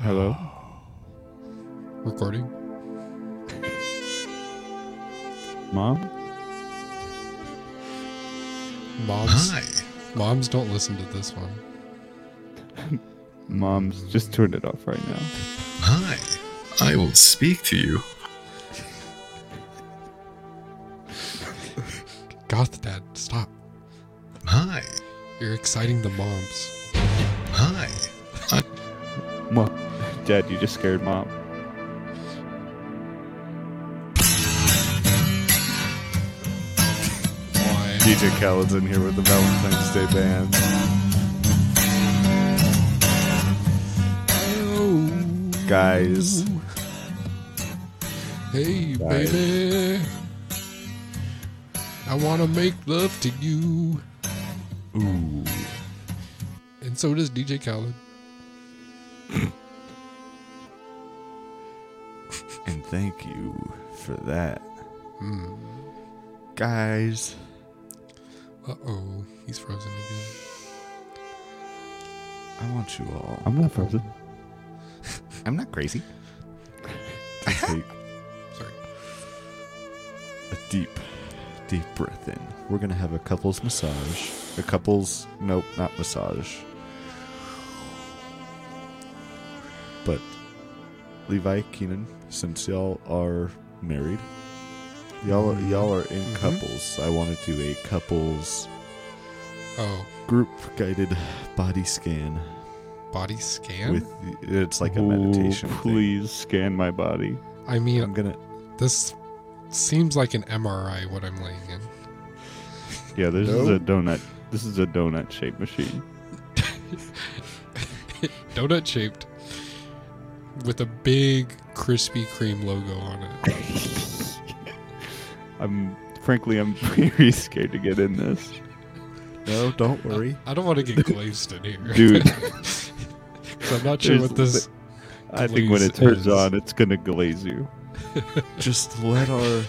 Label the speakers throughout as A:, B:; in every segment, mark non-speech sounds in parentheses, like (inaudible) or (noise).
A: Hello.
B: Recording.
A: Mom?
B: Moms. Moms don't listen to this one.
A: Mom's just turn it off right now.
C: Hi, I will speak to you.
B: Goth Dad, stop.
C: Hi,
B: You're exciting the moms.
C: hi,
A: Mom. Dad, you just scared mom.
B: Why?
D: DJ Khaled's in here with the Valentine's Day band. Guys,
B: Hey,
D: Guys.
B: baby. I want to make love to you.
D: ooh,
B: And so does DJ Khaled.
D: and thank you for that.
A: Hmm.
D: Guys,
B: Uh oh, he's frozen again.
D: I want you all.
A: I'm not frozen.
D: (laughs) I'm not crazy.
A: Just Take
B: Sorry.
D: a deep, deep breath in. We're gonna have a couples massage. A couples, nope, not massage. But Levi Keenan, since y'all are married, y'all
C: Mm-hmm.
D: y'all are in
B: Mhm.
D: couples. I want to do a couples
B: Oh,
D: group guided body scan
B: body scan?
D: with. It's like a
A: Ooh,
D: meditation. thing.
A: Please scan my body.
B: I mean,
D: I'm gonna.
B: this seems like an MRI, what I'm laying in.
A: Yeah, this is
D: No.
A: a donut. This is a donut shaped machine.
B: Donut shaped with a big Krispy Kreme logo on it.
A: I'm frankly, I'm (laughs) very scared to get in this,
D: No, don't worry.
B: I don't want to get glazed in here.
D: (laughs)
A: dude.
B: 'Cause (laughs) I'm not sure
A: There's
B: what this.
A: I think when it turns
B: Glazes.
A: on, it's gonna glaze you.
D: just let our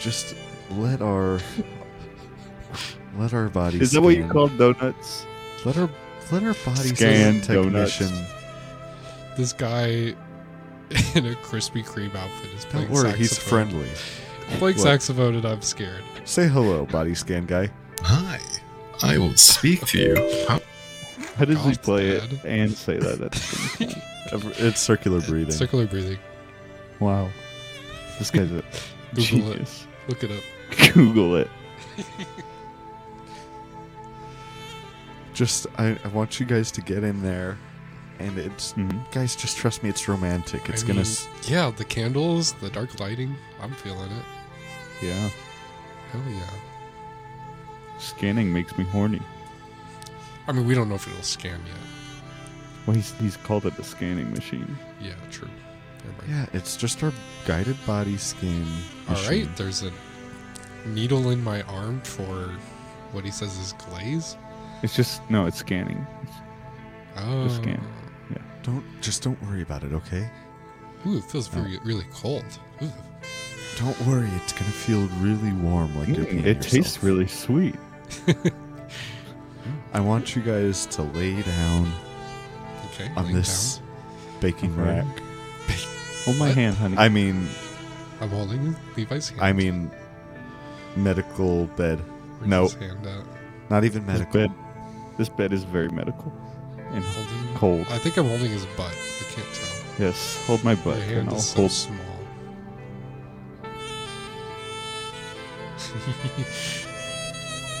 D: just let our let our body
A: Is that what you
D: scan-
A: call donuts?
D: let our let our body
A: Scan
D: scan,
A: donuts.
D: technician
B: This guy (laughs) in a Krispy Kreme outfit is playing
D: don't worry he's
B: saxophone.
D: friendly
B: Playing
D: Look.
B: saxophone, and I'm scared.
D: say hello body scan guy
C: hi, I will speak to you. How-
A: How does he
B: God,
A: play
B: Dad.
A: it and say that? at the
D: (laughs)
A: same time?
D: Ever- it's circular
B: (laughs)
D: breathing
B: Circular breathing.
A: wow, this guy's a
B: Google it.
A: genius.
B: Look it up.
A: Google it.
D: just I, I want you guys to get in there and it's
A: hmm
D: guys just trust me it's romantic it's
B: I
D: gonna
B: mean,
D: s-
B: Yeah, the candles, the dark lighting. I'm feeling it.
D: yeah
B: Hell yeah.
A: Scanning makes me horny.
B: I mean, we don't know if it'll scan yet.
A: Well, he's, he's called it a scanning machine.
B: Yeah, true. Never mind.
D: yeah it's just our guided body scan
B: All
D: machine.
B: right, there's a needle in my arm for what he says is glaze.
A: It's just no, it's scanning.
B: Oh,
A: scan.
D: don't just don't worry about it okay
B: Oh. Ooh, it feels
D: Oh.
B: very, really cold. Ooh.
D: Don't worry, it's gonna feel really warm, like you're
A: Mm,
D: peeing
A: it tastes
D: yourself.
A: really sweet.
D: I want you guys to lay down
B: Okay,
D: on
B: laying
D: this baking
A: Okay.
D: rack.
A: Hold my
B: What?
A: hand, honey.
D: I mean,
B: down. I'm holding Levi's hand.
D: I mean, medical bed.
B: Reach
D: no.
B: his hand out,
D: Not even
A: this
D: medical.
A: bed, this bed is very medical and
B: holding.
A: cold.
B: I think I'm holding his butt. I can't tell.
A: yes, hold my butt,
B: My
A: and
B: hand
A: I'll
B: is so
A: hold.
B: small. (laughs)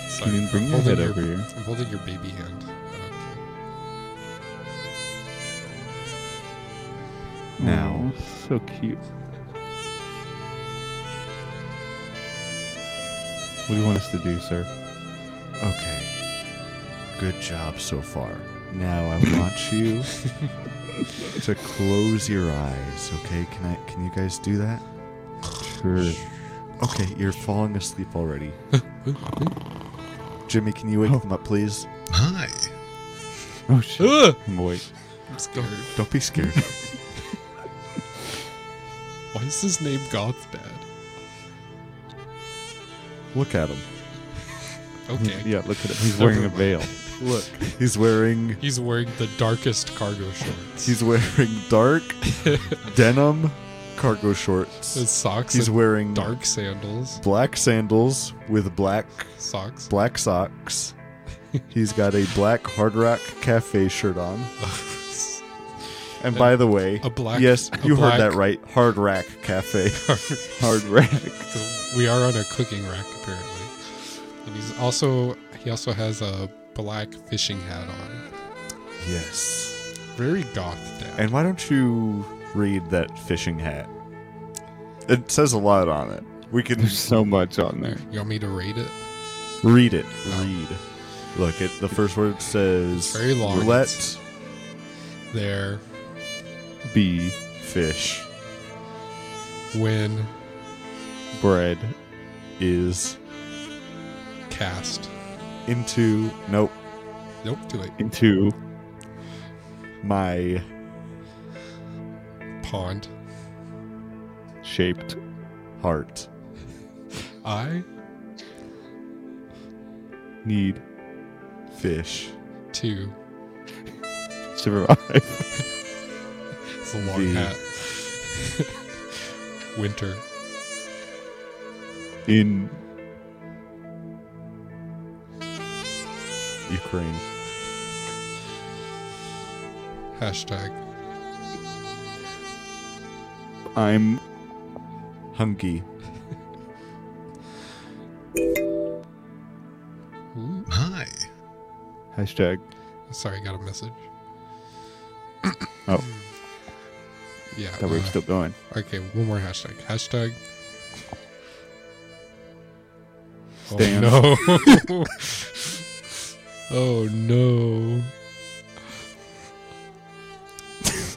B: Sorry,
A: Can you bring
B: I'm
A: your
B: holding
A: head over here?
B: I'm holding your baby hand. Okay.
D: Now.
A: Aw, Oh, so cute. What do you want us to do, sir?
D: (laughs) Okay. Good job so far. Now I want you to close your eyes. Okay, can I? Can you guys do that?
A: Sure.
D: Okay, you're falling asleep (laughs) already. Jimmy, can you wake them up, please?
C: Hi.
A: Oh shit.
B: Ugh!
A: I'm awake.
B: I'm scared.
D: Don't be scared.
B: Why is his name Gothbad?
D: (laughs) Look at him.
B: Okay.
A: Yeah, look at him. He's wearing a veil.
D: Look, he's wearing
B: He's wearing the darkest cargo shorts.
D: he's wearing
B: (laughs)
D: dark denim cargo shorts.
B: His socks
D: He's
B: and
D: wearing
B: dark sandals.
D: black sandals with black
B: Socks.
D: black socks. He's got a black Hard Rock Cafe shirt on. And by the way,
B: (laughs) A black-
D: yes,
B: a
D: you
B: black-
D: heard that right. Hard Rock
B: (laughs)
D: Cafe.
A: Hard rack.
B: we are on a cooking rack apparently. And he's also he also has a black fishing hat on.
D: (laughs) yes.
B: Very goth dad.
D: And why don't you read that fishing hat? It says a lot on it.
B: (laughs)
D: We can
A: There's so much on there.
B: you want me to rate it?
D: read it. Read. Look, it, the first word says
B: Very long.
D: let
B: There
A: Bee,
D: fish
B: when
A: bread,
D: is
B: cast.
D: into nope
B: Nope, too late.
A: into
D: my
B: Pond.
A: shaped
D: heart.
B: I
A: need
D: Fish
B: too.
A: survive.
B: It's a long
D: The-
B: hat. (laughs) Winter.
A: In
D: Ukraine
B: Hashtag.
A: I'm
D: hunky
B: Ooh.
C: Hi.
A: hashtag
B: Sorry, I got a message. Hmm.
A: Oh.
B: Yeah.
A: that we're
B: uh,
A: still going.
B: Okay, one more hashtag. Hashtag.
A: Stan. (laughs)
B: Oh no. (laughs) oh no.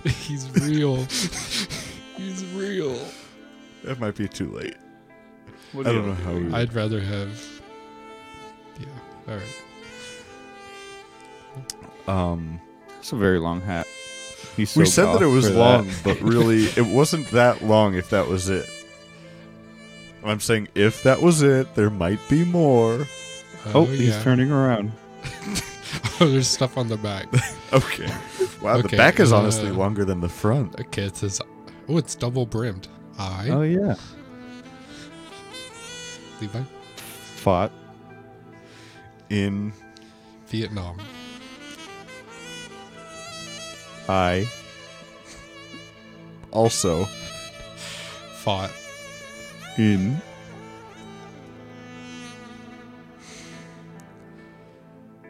B: He's real. He's real.
D: It might be too late.
A: What
D: I
A: do you
D: don't know how we.
B: I'd rather have. Yeah. All right.
D: um,
A: It's a very long hat. He's
D: we
A: so
D: said that
A: goth
D: it was
A: for
D: long, (laughs) but really, it wasn't that long. If that was it, I'm saying if that was it, there might be more.
A: Oh, he's turning around.
B: oh, Uh, (laughs) there's stuff on the back.
D: (laughs) Okay. Wow,
B: Okay,
D: the back is honestly
B: uh,
D: longer than the front.
B: Okay, it says. Oh, it's double brimmed. I
A: Oh yeah.
B: Levi
A: Fought
D: In
B: Vietnam
A: I
D: also
B: fought
A: in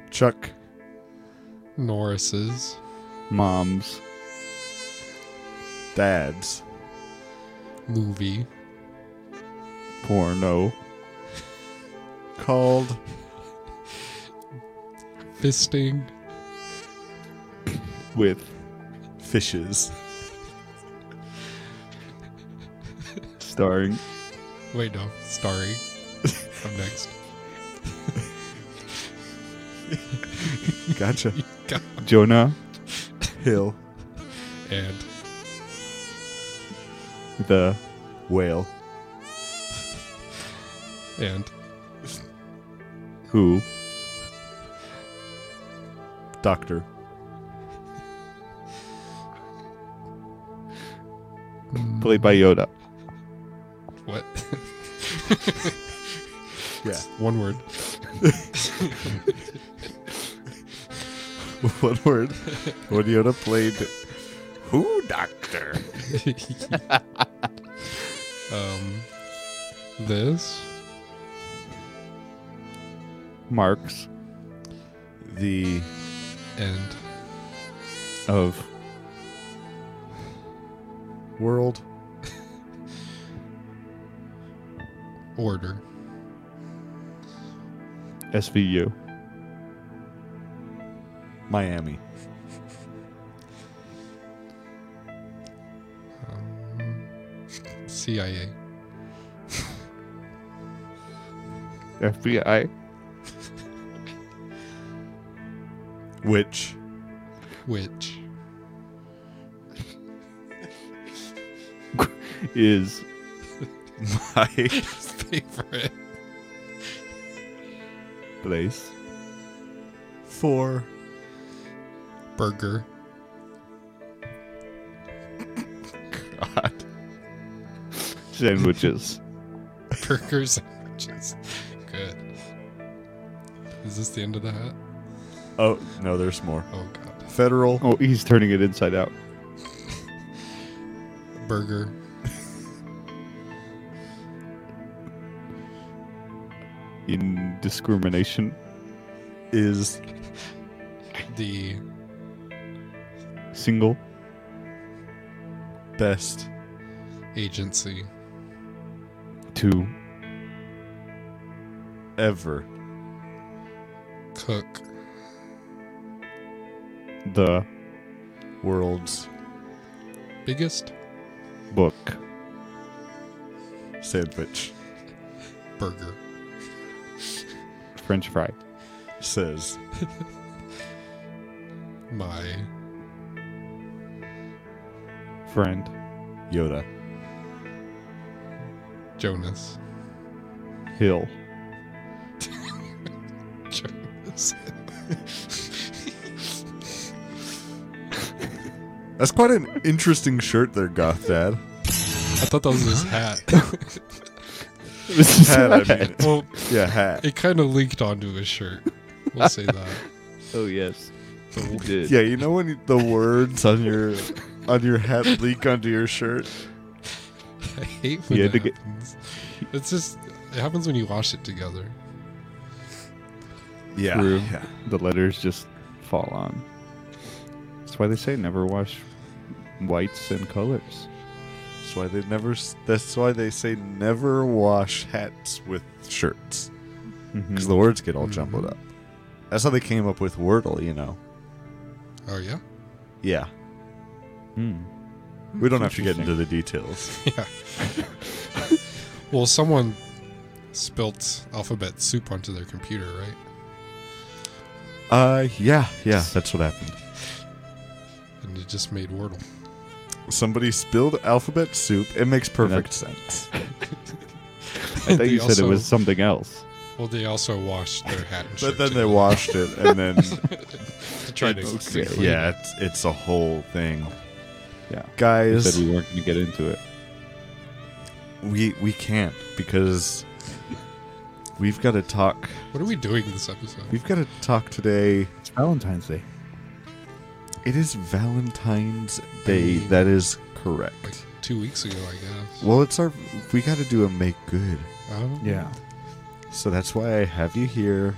D: Chuck
B: Norris's
A: mom's
D: Dad's
B: movie
A: porno
D: called
B: fisting
A: with
D: Fishes.
A: starring
B: Wait, no. Starring. I'm next.
D: Gotcha.
B: God.
A: Jonah
D: Hill
B: And
A: the
D: whale
B: and
A: who
D: doctor
A: played by Yoda.
B: what? (laughs)
D: yeah (laughs)
B: One word. (laughs)
D: one word when Yoda played who doctor
B: um, this
A: Marks
D: the
B: and
A: of
D: world
B: order
A: SVU.
D: Miami
B: CIA.
A: FBI.
D: Which
B: Which (laughs)
A: Is
D: my
B: his favorite?
A: place.
D: (laughs) for
B: Burger.
D: God.
A: (laughs) Sandwiches.
B: Burger sandwiches. Good. Is this the end of the hat?
D: Oh no, there's more.
B: Oh god.
D: Federal
A: Oh, he's turning it inside out.
B: Burger.
A: In discrimination.
D: is
B: The
A: Single.
D: best
B: agency.
A: To
D: ever
B: Cook.
A: the
D: world's
B: Biggest
A: book.
D: sandwich
B: burger.
A: French fry.
D: says
B: My
A: Friend.
D: Yoda.
B: Jonas. (laughs)
A: Hill.
B: Jonas.
D: That's quite an interesting shirt there, Goth Dad.
B: I thought that was his hat.
A: This is (laughs)
D: Hat, I
A: bad.
D: mean.
B: well,
D: Yeah, hat.
B: it kind of leaked onto his shirt. We'll say that.
A: (laughs) Oh yes.
B: The-
A: It did.
D: Yeah, you know when the words on your on your hat leak onto your shirt.
B: I hate when
A: Yeah,
B: that
A: to get-
B: happens. It's just it happens when you wash it together.
D: Yeah,
A: True.
D: yeah.
A: The letters just fall on. That's why they say never wash whites and colors.
D: That's why they never. s- That's why they say never wash hats with shirts because
A: Mm-hmm.
D: the words get all jumbled up. That's how they came up with Wordle. You know.
B: Oh yeah, (laughs)
D: Yeah.
A: Mm.
D: We don't have to get into
B: (laughs)
D: the details.
A: (laughs)
B: yeah. well, someone spilt alphabet soup onto their computer, right?
D: Uh, yeah, yeah. That's what happened.
B: And it just made Wordle.
D: Somebody spilled alphabet soup. It makes perfect sense.
A: I thought
B: They
A: you said
B: also-
A: it was something else.
B: Well, they also washed their hat
A: (laughs)
B: and shirt.
D: But then they washed it, and then
B: to try to
D: It's-
B: clean it.
D: yeah, it's, it's a whole thing.
A: Yeah. They
D: Guys,
A: said we weren't going to get into it.
D: we we can't because we've got to talk.
B: What are we doing this episode?
D: We've got to talk today.
A: It's Valentine's Day.
D: It is Valentine's Day. That is correct.
B: Like two weeks ago, I guess.
D: Well, it's our. We got to do a make good.
B: Oh,
A: Yeah.
D: So that's why I have you here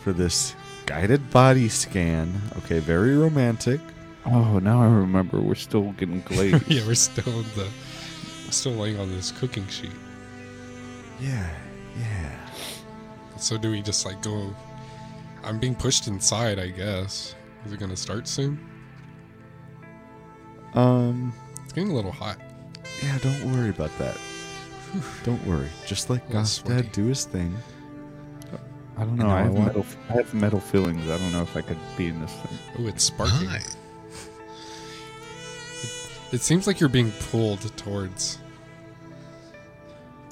D: for this guided body scan. Okay, very romantic.
A: Oh, now I remember. We're still getting (laughs) glazed.
B: (laughs) yeah, we're still in the still laying on this cooking sheet.
D: Yeah, yeah.
B: So do we just like go? I'm being pushed inside, I guess. Is it gonna start soon?
D: Um,
B: It's getting a little hot.
D: yeah. Don't worry about that. Don't worry. Just let
B: Little sweaty.
D: Gostad do his thing.
A: I don't
D: know,
A: know. I,
D: I
A: have
D: want-
A: metal, I have metal feelings. I don't know if I could be in this thing.
B: Oh, it's sparking.
C: Hi.
B: It seems like you're being pulled towards,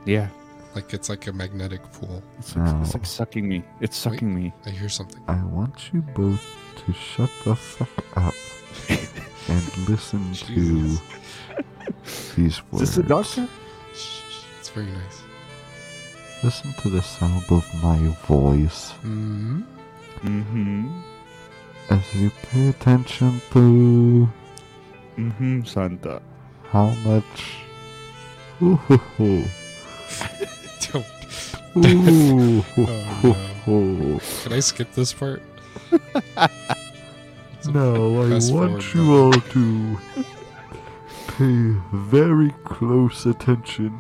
A: Yeah.
B: like it's like a magnetic pull.
A: It's like, it's
D: Oh.
A: like sucking me. It's sucking me.
B: I hear something.
D: I want you both to shut the fuck (laughs) up and listen
B: Jesus.
D: to these words.
A: Is this the doctor?
B: Shh, shh, It's very nice.
D: Listen to the sound of my voice
B: (laughs) hmm
A: Mm-hmm.
D: as you pay attention to
A: Mm-hmm, Santa.
D: how much.
B: (laughs)
D: Ooh, hoo, hoo.
B: Don't.
D: Ooh, hoo, hoo,
B: Oh, no.
D: hoo.
B: Can I skip this part? It's a
D: Now I
B: fast
D: want
B: forward
D: you
B: button.
D: all to pay very close attention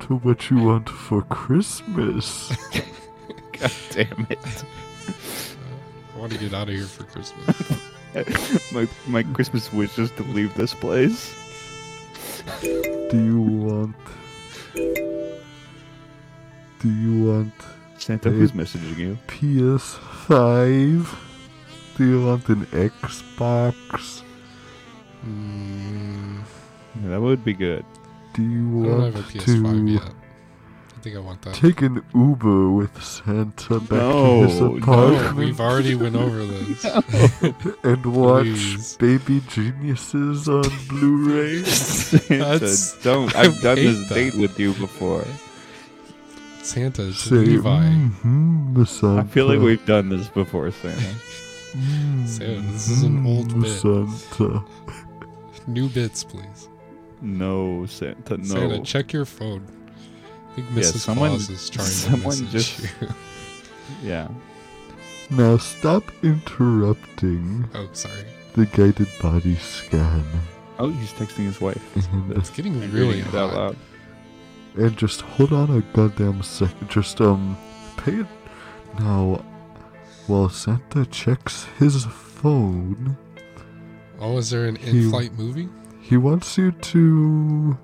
D: to what you want for Christmas.
A: God damn it.
B: I want to get out of here for Christmas.
A: my, my Christmas wish is to leave this place.
E: Do you want? Do you want
A: Santa,
E: Hey.
A: who's messaging you?
E: PS5? Do you want an Xbox?
B: Mm,
A: Yeah, that would be (laughs) good.
E: Do you
B: I don't have
E: want
B: a
E: to
B: PS5 yet. I think I want that.
E: take an Uber with Santa back to his
A: No, no,
B: Oh,
E: apartment
B: we've already went over this.
E: and watch
B: please.
E: Baby
B: (laughs)
E: Geniuses on Blu-ray?
B: That's-
A: Santa, (laughs) don't.
B: I
A: I've done
B: hate
A: this
B: that.
A: date with you before.
B: Santa, it's
E: Say,
B: Levi.
E: "Mhm, Santa.
A: I feel like we've done this before, Santa.
E: Mm-hmm,
B: Say it, this is an old
E: "Mhm,
B: bit."
E: Santa.
B: New bits, please.
A: (laughs) No, Santa, no.
B: Santa, check your phone. I think
A: Yeah,
B: Mrs.
A: someone-
B: Claus is trying
A: someone
B: to message
A: just-
B: you. (laughs)
A: Yeah.
E: Now stop interrupting
B: Oh, sorry.
E: the guided body scan
A: Oh, he's texting his (laughs) wife.
E: and,
B: It's getting really
A: Reading it
B: hot.
A: out loud.
E: and just hold on a goddamn second. Just um, pay it now. While Santa checks his phone,
B: Oh, is there an
E: He-
B: in-flight movie?
E: he wants you to.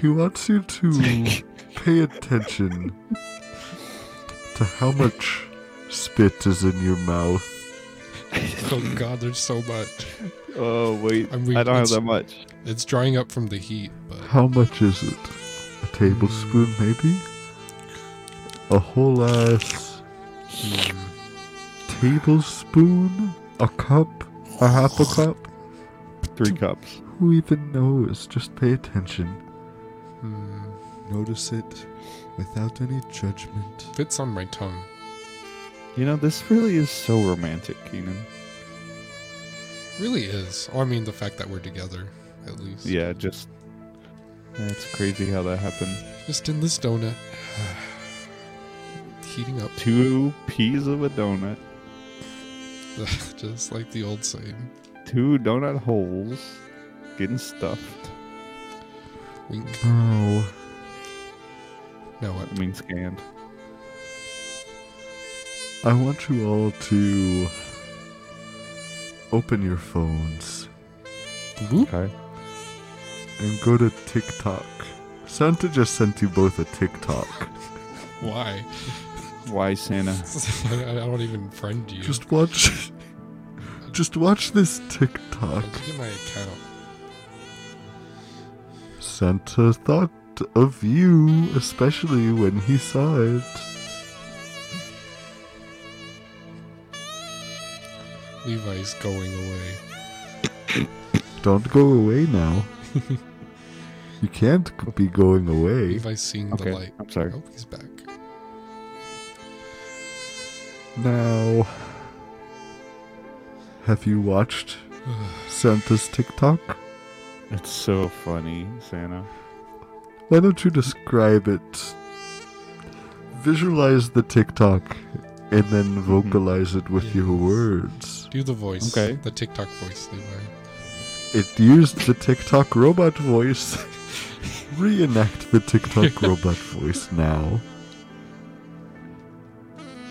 E: he wants you to pay attention to how much spit is in your mouth.
B: Oh God, there's so much.
A: Oh wait,
B: I'm weak.
A: I don't have
B: It's-
A: that much.
B: It's drying up from the heat, but
E: How much is it? A tablespoon, maybe? A whole ass hmm, tablespoon? A cup? A half a cup?
A: Three cups.
E: Who even knows? Just pay attention.
B: hmm,
E: Notice it without any judgment.
B: fits on my tongue.
A: You know, this really is so romantic, Keenan.
B: Really is. Oh, I mean, the fact that we're together, at least.
A: Yeah, just. Yeah, it's crazy how that happened.
B: Just in this donut, (sighs) heating up,
A: Two peas of a donut,
B: just like the old saying.
A: two donut holes, getting stuffed.
B: Wink.
E: No.
B: No, what?
A: I mean, scanned.
E: I want you all to open your phones
B: Whoop.
A: Okay.
E: and go to TikTok. Santa just sent you both a TikTok.
B: Why? (laughs)
A: Why (laughs) Santa?
B: I I don't even friend you.
E: Just watch. (laughs) Just watch this TikTok.
B: Look at my account.
E: Santa thought of you, especially when he saw it.
B: Levi's going away.
E: Don't go away now. (laughs) you can't c- be going away.
B: Levi's seeing the
A: Okay,
B: light.
A: I'm sorry.
B: Oh, he's back.
E: Now, have you watched Santa's TikTok?
A: It's so funny, Santa.
E: Why don't you describe it? Visualize the TikTok and then vocalize it with your
B: Yes.
E: words.
B: Do the voice.
A: Okay.
B: The TikTok voice,
A: (laughs)
B: Levi.
E: It used the TikTok robot voice. (laughs) Reenact the
B: (laughs)
E: TikTok robot voice now.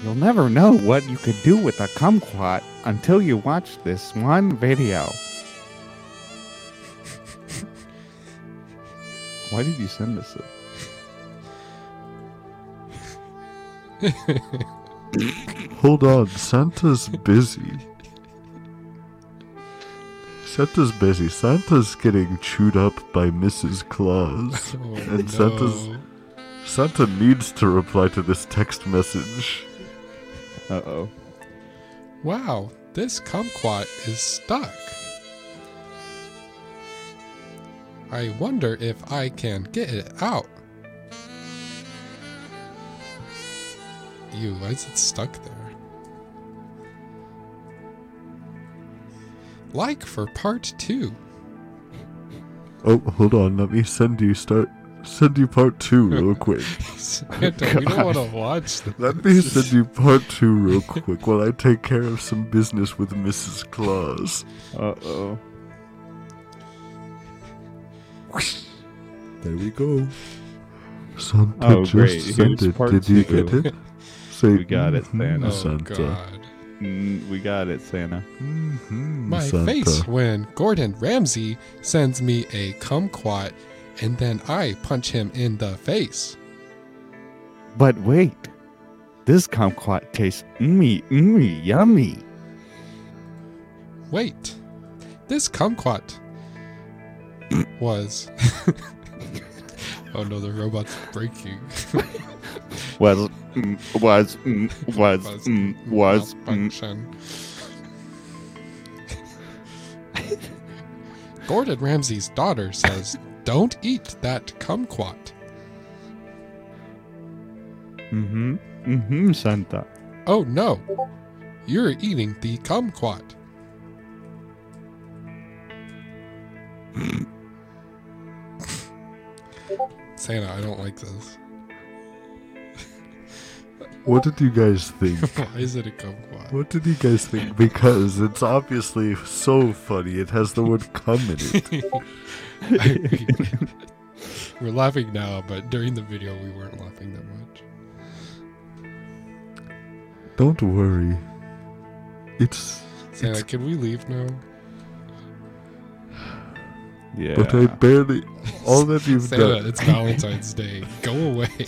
A: You'll never know what you could do with a kumquat until you watch this one (laughs) video. Why did you send us it?
E: Hold on, Santa's busy. Santa's busy. Santa's getting chewed up by Mrs. Claus.
B: (laughs) Oh,
E: And Santa's-
B: no.
E: Santa needs to reply to this text message.
A: Uh oh.
B: Wow, this kumquat is stuck. I wonder if I can get it out. Ew, why is it stuck there? Like for part two.
E: Oh, hold on. Let me send you start. Send you part two
B: (laughs)
E: real quick.
A: (laughs) Oh,
B: Santa, we don't want to watch this.
E: Let me send you part two real quick while I take care of some business with Mrs. Claus.
A: Uh oh.
E: There we go. Santa
A: Oh,
E: just
A: great.
E: sent
A: Here's
E: it.
A: part (laughs)
E: Did you
A: two.
E: get it? Say,
A: We got it,
D: mm,
E: "Mhm,
B: Oh,
A: Thanos.
E: Santa.
B: God.
A: Mm, we got it, Santa.
D: Mm,
B: My face when Gordon Ramsay sends me a kumquat and then I punch him in the face.
A: But wait, this kumquat tastes ummy, ummy, yummy.
B: Wait, this
A: (clears throat)
B: kumquat was. (laughs) oh no, the robot's
A: (laughs)
B: breaking.
A: Was, mm, was, mm, was,
B: Was-
A: mm, was. mm.
B: Malfunction. (laughs) Gordon Ramsay's daughter says, Don't eat that kumquat.
A: Mhm, mhm, Santa.
B: Oh no, you're eating the kumquat. Santa, I don't like this. (laughs)
D: What did you guys
A: (laughs)
D: think?
B: Why is it a
E: (laughs)
B: kumquat?
D: What did you guys think? Because it's obviously so funny. It has the word cum in it.
A: (laughs)
B: We're laughing now, but during the video we weren't laughing that much.
D: Don't worry. It's.
B: Santa, can we leave now?
A: Yeah.
D: But I barely. All
A: (laughs)
D: that you've
B: Santa,
D: done.
B: it's Valentine's Day. Go away. (laughs)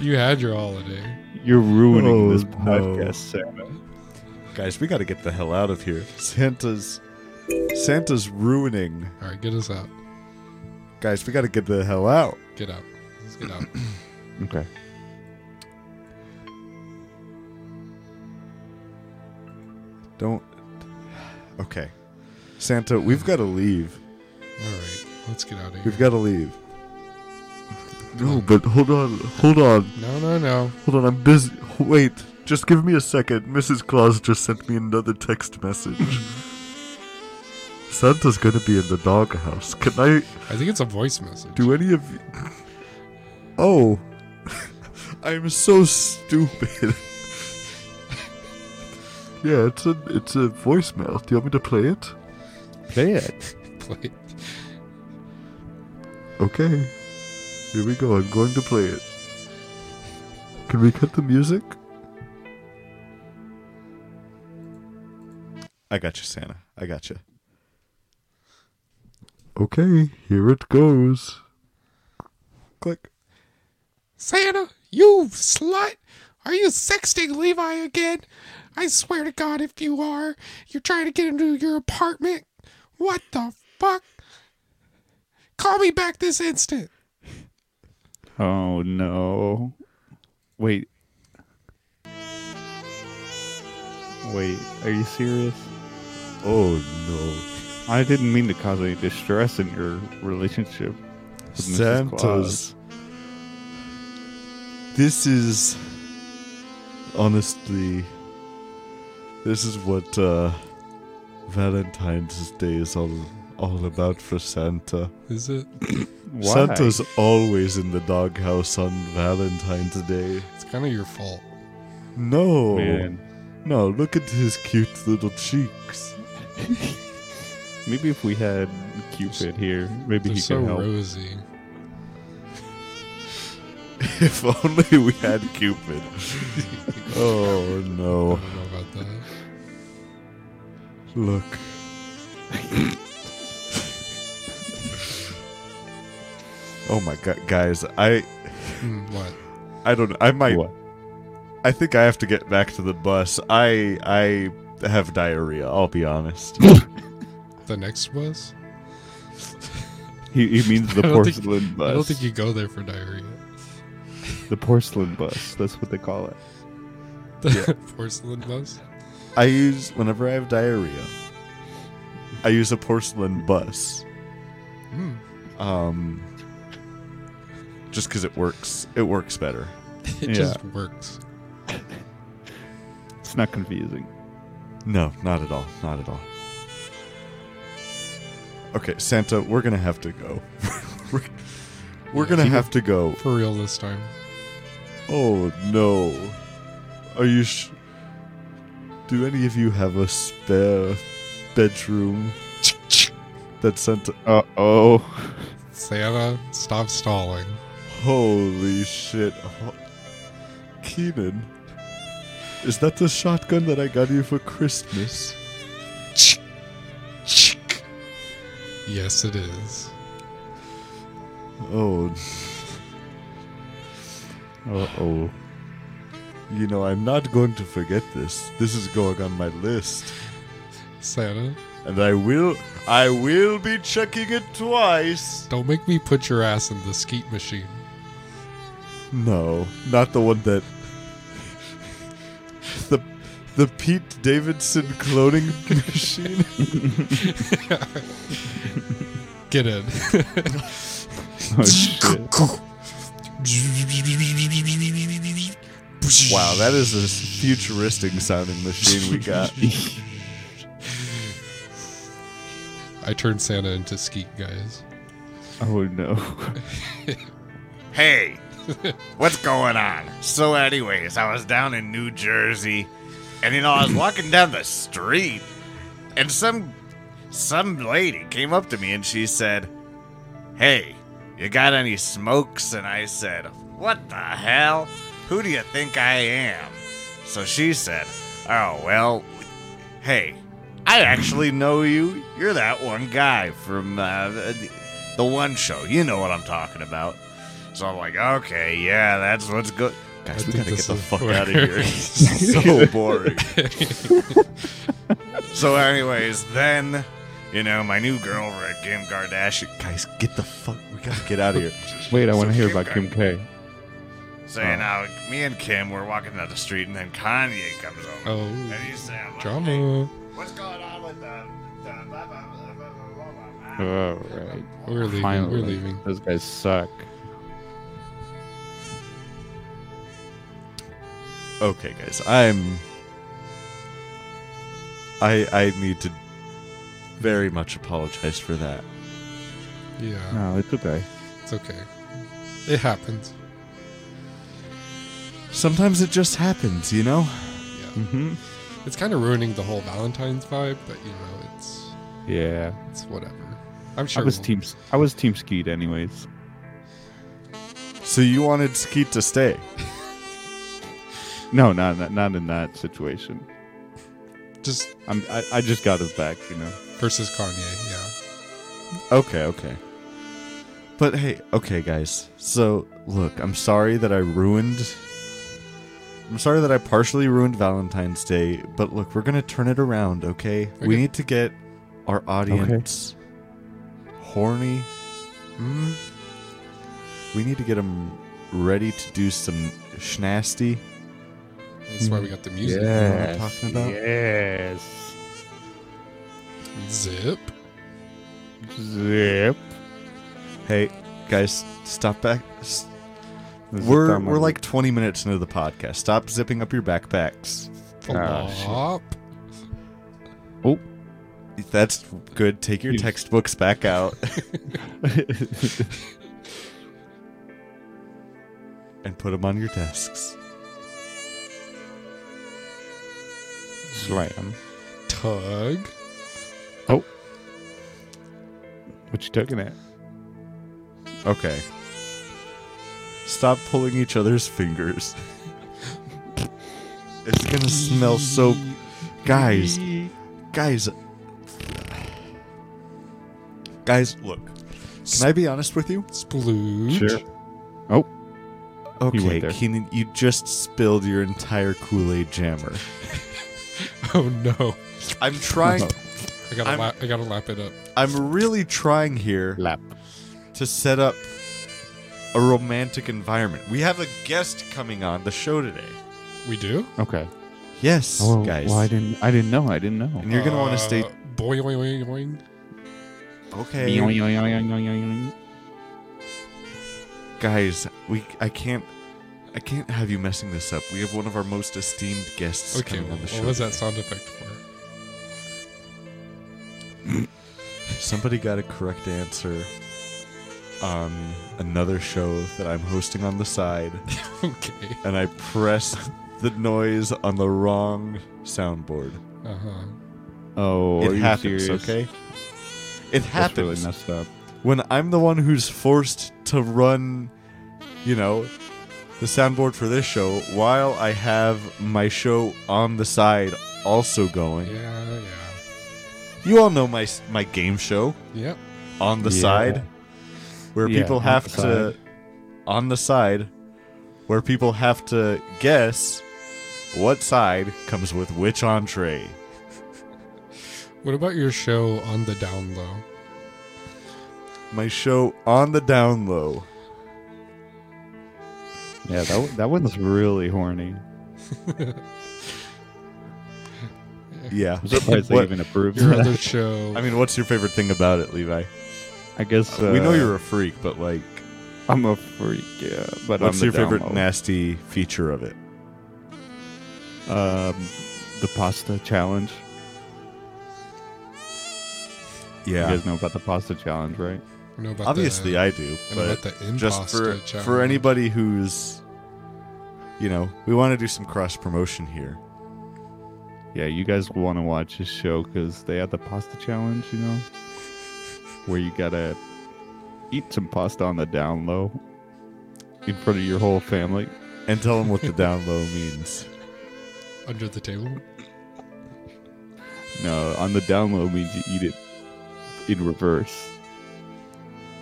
B: You had your holiday.
A: You're ruining
D: Oh,
A: this
D: no.
A: podcast, Santa.
D: Guys, we gotta get the hell out of here. Santa's. Santa's ruining.
B: All right, get us out.
D: Guys, we gotta get the hell out.
B: Get out. Let's get out.
A: Okay.
D: Don't. Okay. Santa, we've gotta leave.
B: All right, let's get out of here.
D: We've gotta leave. No, but hold on. Hold on.
B: No, no, no.
D: Hold on, I'm busy. Wait, just give me a second. Mrs. Claus just sent me another
A: (laughs)
D: text message. Santa's gonna be in the doghouse. Can I
B: I think it's a voice message.
D: do any of you? Oh, (laughs) I'm so stupid. (laughs) yeah, it's a it's a voicemail. Do you want me to play it?
A: Play it.
B: (laughs) Play it.
D: Okay, here we go. I'm going to play it. Can we cut the music? I got you, Santa. I got you. Okay, here it goes. Click.
B: Santa, you slut! Are you sexting Levi again? I swear to God, if you are, you're trying to get into your apartment. What the fuck? Call me back this instant.
A: Oh no. Wait. Wait, are you serious?
D: Oh no.
A: I didn't mean to cause any distress in your relationship. With Mrs. Claus.
D: Santa's. This is honestly this is what uh Valentine's Day is all all about for Santa.
B: Is it?
A: Why?
D: Santa's always in the doghouse on Valentine's Day.
B: It's kind of your fault.
D: No.
A: Man,
D: No, look at his cute little cheeks.
A: maybe if we had Cupid here, maybe
B: They're
A: he
B: so
A: could help.
B: rosy.
D: (laughs) If only we had Cupid.
A: (laughs)
D: oh
B: I
D: no.
B: don't know about that.
D: Look. oh my god, guys! I
B: Hmm, what?
D: I don't. I might.
A: What?
D: I think I have to get back to the bus. I I have diarrhea. I'll be honest.
B: The next was?
A: He, he
B: (laughs)
A: means the
B: I don't think-
A: porcelain bus.
B: I don't think you go there for diarrhea. (laughs)
A: The porcelain bus. That's what they call it.
B: The porcelain bus?
D: I use whenever I have diarrhea. I use a porcelain bus.
B: Hmm. (laughs)
D: Um. Just because it works, it works better.
B: It
A: Yeah.
B: just works.
A: It's not confusing. (laughs)
D: No, not at all. Not at all. Okay, Santa, we're gonna have to go. (laughs) we're we're gonna have to go.
B: For real this time. (laughs)
D: Oh no! Are you? Sh- Do any of you have a spare bedroom? That Santa.
A: Uh oh.
B: Santa, stop stalling.
D: Holy shit! Ho- Keenan, Is that the shotgun that I got you for Christmas?
B: Chick, chick. Yes, it is.
D: Oh,
A: Uh oh.
D: you know, I'm not going to forget this. This is going on my list.
B: Santa,
D: And I will I will be checking it twice.
B: don't make me put your ass in the skeet machine.
D: No, not the one that (laughs) the the Pete Davidson cloning (laughs) machine.
B: Get
A: (laughs)
B: in.
D: (laughs)
A: Oh shit.
D: Wow, that is a futuristic sounding machine we got.
B: I turned Santa into skeet, guys. (laughs)
A: Oh no.
F: Hey, what's going on? So, anyways, I was down in New Jersey, and you know, I was walking down the street, and some some lady came up to me and she said, "Hey, you got any smokes?" And I said, "What the hell? Who do you think I am?" So she said, "Oh well, hey." I actually know you. You're that one guy from uh, the- the one show. You know what I'm talking about. So I'm like, okay, yeah, that's what's good. Guys,
B: I
F: we
B: think
F: gotta get
B: this
F: the
B: is
F: fuck
B: where-
F: out of
D: (laughs)
F: here. It's so boring. so, anyways, then, you know, my new girlfriend, Kim Kardashian,
D: (laughs) Guys, get the fuck we gotta get out of here.
A: Wait, I
F: So
A: want to hear
F: Kim
A: about Kim K.
F: saying
D: Oh.
F: how me and Kim were walking down the street, and then Kanye comes over.
B: Oh,
F: And he said, like, "Hey,
B: drama.
F: what's going on with the. the blah, blah, blah, blah, blah, blah, blah?"
A: All right.
B: We're leaving.
A: Finally,
B: We're leaving.
A: Those guys suck.
D: Okay, guys, I'm. I I need to very much apologize for that.
B: Yeah,
A: No, Oh, it's okay.
B: it's okay. It happens.
D: Sometimes it just happens, you know.
B: Yeah,
A: Mm-hmm.
B: it's kind of ruining the whole Valentine's vibe, but you know, it's
A: Yeah.
B: it's whatever. I'm
A: I
B: sure.
A: was
B: we'll-
A: team. s- I was team skied anyways.
D: So you wanted Skeet to stay?
A: No, not not, not in that situation.
B: just
A: I'm. I, I just got his back. You know.
B: versus Kanye. Yeah,
D: Okay, okay. But hey, okay, guys. So look, I'm sorry that I ruined. I'm sorry that I partially ruined Valentine's Day, but look, we're gonna turn it around, okay? We
B: Okay.
D: need to get our audience horny. Hmm? We need to get them ready to do some schnasty.
B: that's
A: Mm.
B: why we got the music.
D: Yes, talking about?
A: Yes.
B: Zip.
A: Zip.
D: Hey, guys, stop back. s-
A: Zip
D: We're
A: down my
D: we're like 20 minutes into the podcast. Stop zipping up your backpacks.
A: Ah,
B: Flop.
D: That's good. Take your
A: Yes.
D: textbooks back out
A: (laughs)
D: (laughs) and put them on your desks.
A: Slam.
B: Tug.
A: What you tugging at?
D: Okay. Stop pulling each other's fingers. (laughs) It's gonna smell so. Guys, guys, guys, look. Can I be honest with you?
B: Splooge.
A: Sure. Oh, went
D: Okay,
A: there.
D: Keenan, you just spilled your entire Kool Aid jammer.
B: (laughs) Oh no.
D: I'm trying.
B: I gotta
D: I'm-
B: lap, I gotta lap it up.
D: (laughs) I'm really trying here
A: lap.
D: to set up a romantic environment. We have a guest coming on the show today.
B: We do.
A: Okay.
D: Yes,
A: Oh,
D: guys.
A: Well, I didn't. I didn't know. I didn't know.
D: and you're gonna want
B: Uh,
D: to stay.
B: Boing, boing, boing, boing.
D: Okay, guys. We. I can't. I can't have you messing this up. We have one of our most esteemed guests
B: Okay.
D: coming on the
B: What
D: show.
B: was that
D: today.
B: sound effect for? (laughs)
D: Somebody got a correct answer on another show that I'm hosting on
B: (laughs)
D: the side,
B: okay.
D: and I pressed the noise on the wrong soundboard.
B: Uh huh.
A: Oh, are
D: it
A: you
D: happens,
A: serious?
D: okay? It
A: That's really
D: happens
A: messed up.
D: when I'm the one who's forced to run, you know, the soundboard for this show while I have my show on the side also going.
B: Yeah, yeah.
D: You all know my s- my game show
B: Yep.
D: on the
A: Yeah.
D: side where
A: Yeah,
D: people
A: on
D: have
A: the
D: to
A: side.
D: on the side where people have to guess what side comes with which entree.
B: What about your show on the down low?
D: (laughs) My show on the down low.
A: (laughs) Yeah, that, one- that one's really horny.
D: Yeah.
A: I'm (laughs) surprised they
D: What-
A: even approved
B: Your
A: that.
B: other show.
D: I mean, what's your favorite thing about it, Levi?
A: I guess uh,
D: we know you're a freak, but like,
A: I'm a freak, yeah. But
D: what's
A: I'm
D: your
A: the
D: favorite
A: down low.
D: nasty feature of it?
A: Um, the pasta challenge. You
D: Yeah,
A: guys know about the pasta challenge, right?
B: I know about
D: obviously
B: the,
D: I do,
B: I know
D: but
B: about the
D: just for
B: impasta
D: for
B: challenge.
D: anybody who's, you know, we want to do some cross promotion here.
A: Yeah, you guys want to watch this show because they had the pasta challenge, you know, where you gotta eat some pasta on the down low in front of your whole family.
D: And tell them
B: (laughs)
D: what the down low means.
B: under the table.
A: No, on the down low means you eat it in reverse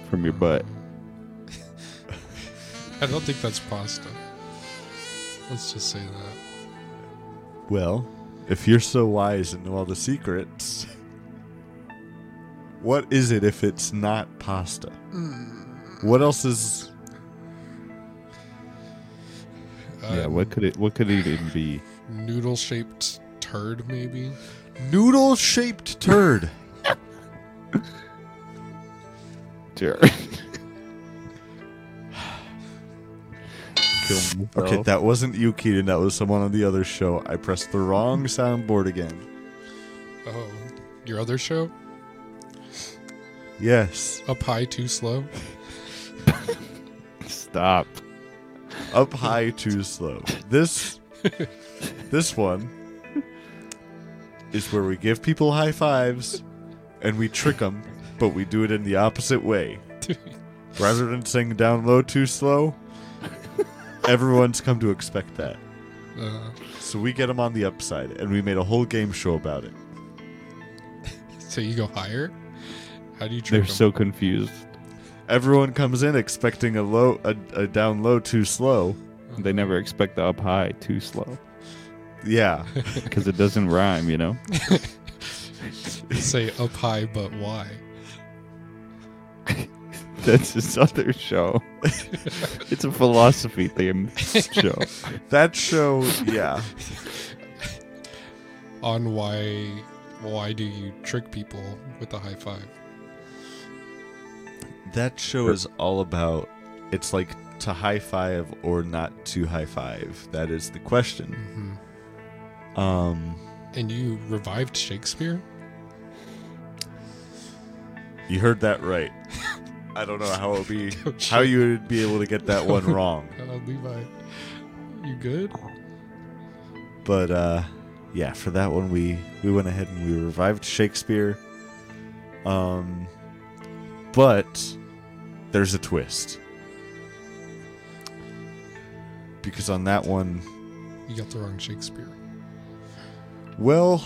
A: from your butt.
B: I don't think that's pasta. Let's just say that.
D: Well, if you're so wise and know all the secrets, what is it if it's not pasta?
B: Hmm.
D: What else is?
B: Uh,
A: yeah, what could it? What could it even be?
B: Noodle shaped turd, maybe?
D: noodle shaped turd.
A: (laughs) Jared.
D: Okay, that wasn't you, Keaton. That was someone on the other show. I pressed the wrong soundboard again.
B: Oh, your other show?
D: Yes.
B: Up high, too slow?
A: Stop.
D: Up high, too slow. This this one is where we give people high fives and we trick them, but we do it in the opposite way. Rather than saying down low too slow, everyone's come to expect that.
B: Uh,
D: So we get them on the upside, and we made a whole game show about it.
B: so you go higher? How do you
A: They're
B: trick 'em?
A: so confused.
D: Everyone comes in expecting a low, a, a down low too slow.
A: They never expect the up high too slow
D: (laughs) Yeah.
A: because it doesn't rhyme, you know? (laughs)
B: say up high, but why?
A: That's his other show. (laughs) it's a philosophy themed (laughs) show.
D: That show, yeah.
B: On why? Why do you trick people with a high five?
D: (laughs) That show is all about it's like to high five or not to high five. That is the question.
B: hmm
D: Um
B: And you revived Shakespeare?
D: you heard that right. (laughs) I (laughs) don't know how it would be how you would be able to get that one (laughs) wrong.
B: Uh, Levi, you good?
D: But uh yeah, for that one we we went ahead and we revived Shakespeare. Um but there's a twist. Because on that one
B: You got the wrong Shakespeare.
D: Well,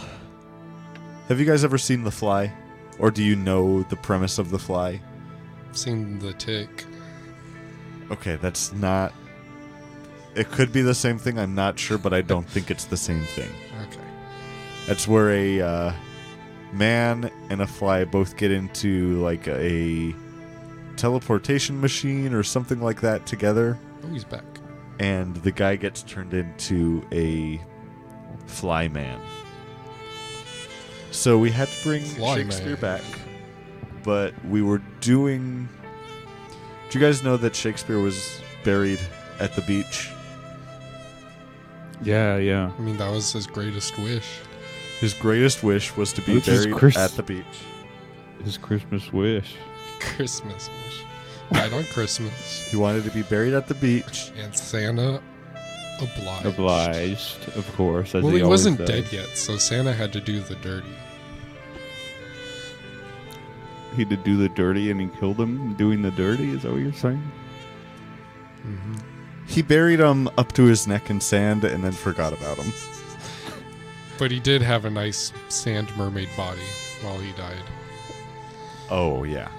D: have you guys ever seen The Fly? Or do you know the premise of The Fly?
B: Seen the tick.
D: Okay, that's not. It could be the same thing, I'm not sure, but I don't think it's the same thing.
B: Okay.
D: That's where a uh, man and a fly both get into like a teleportation machine or something like that together,
B: Oh, he's back.
D: and the guy gets turned into a fly man. So we had to bring
B: Fly
D: Shakespeare
B: man.
D: back, but we were doing. Do you guys know that Shakespeare was buried at the beach?
A: Yeah, yeah.
B: I mean, that was his greatest wish. (laughs)
D: His greatest wish was to be
A: Which is
D: buried
A: Chris-
D: at the beach.
A: His Christmas wish.
B: Christmas wish. Died on Christmas.
D: He wanted to be buried at the beach.
B: And Santa obliged.
A: Obliged, of course. As
B: Well,
A: he,
B: he wasn't
A: always
B: dead
A: does.
B: yet, so Santa had to do the dirty.
A: He did do the dirty and he killed him doing the dirty. Is that what you're saying?
B: Mm-hmm.
D: He buried him up to his neck in sand and then forgot about him.
B: But he did have a nice sand mermaid body while he died.
D: Oh yeah.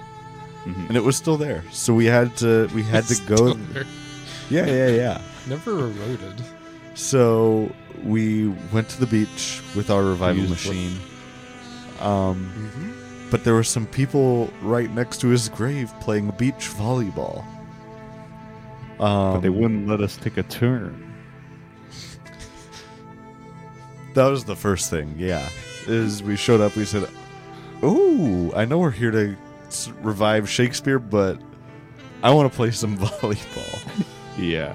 A: Mhm.
D: And it was still there. So we had to we had
B: (laughs)
D: to go Yeah, yeah, yeah.
B: Never eroded.
D: So we went to the beach with our revival
A: Used what-
D: machine. Um but there were some people right next to his grave playing beach volleyball. Um,
A: But they wouldn't let us take a turn.
D: That was the first thing, yeah. Is we showed up, we said, Ooh, I know we're here to s- revive Shakespeare, but I want to play some (laughs) volleyball.
A: Yeah.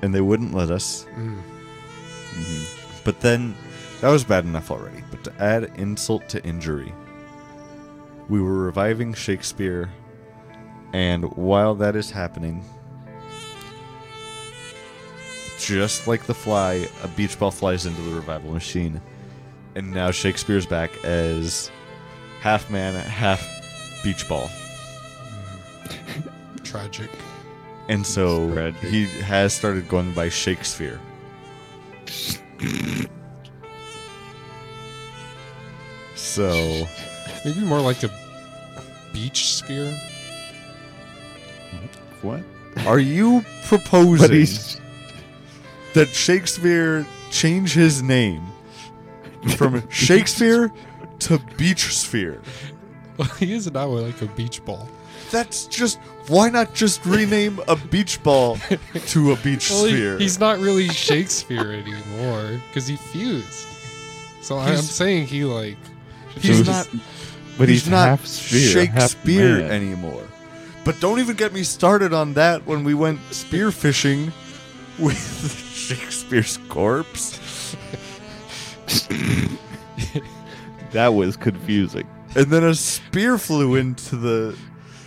D: And they wouldn't let us. Mm-hmm.
B: Mm.
A: Mhm.
D: But then that was bad enough already. But to add insult to injury, we were reviving Shakespeare. And while that is happening, just like the fly, a beach ball flies into the revival machine. And now Shakespeare's back as half man, half beach ball.
B: Tragic.
D: And so
A: tragic.
D: he has started going by Shakespeare. so
B: Maybe more like a beach sphere. (laughs)
A: What?
D: are you proposing
A: But he's
D: that Shakespeare change his name
A: (laughs)
D: from Shakespeare to Beach Sphere?
B: Well, he is now like a beach ball.
D: That's just why not just rename a beach ball to a beach
B: Well, he-
D: sphere?
B: he's not really Shakespeare anymore because he fused. So I- I'm
D: He's-
B: saying he like (laughs)
D: He's
B: fused.
D: not-
A: but he's,
D: not
A: half sphere, half
D: Shakespeare
A: man.
D: anymore. But don't even get me started on that when we went spear fishing with (laughs) Shakespeare's corpse.
A: that was confusing.
D: And then a spear flew into the.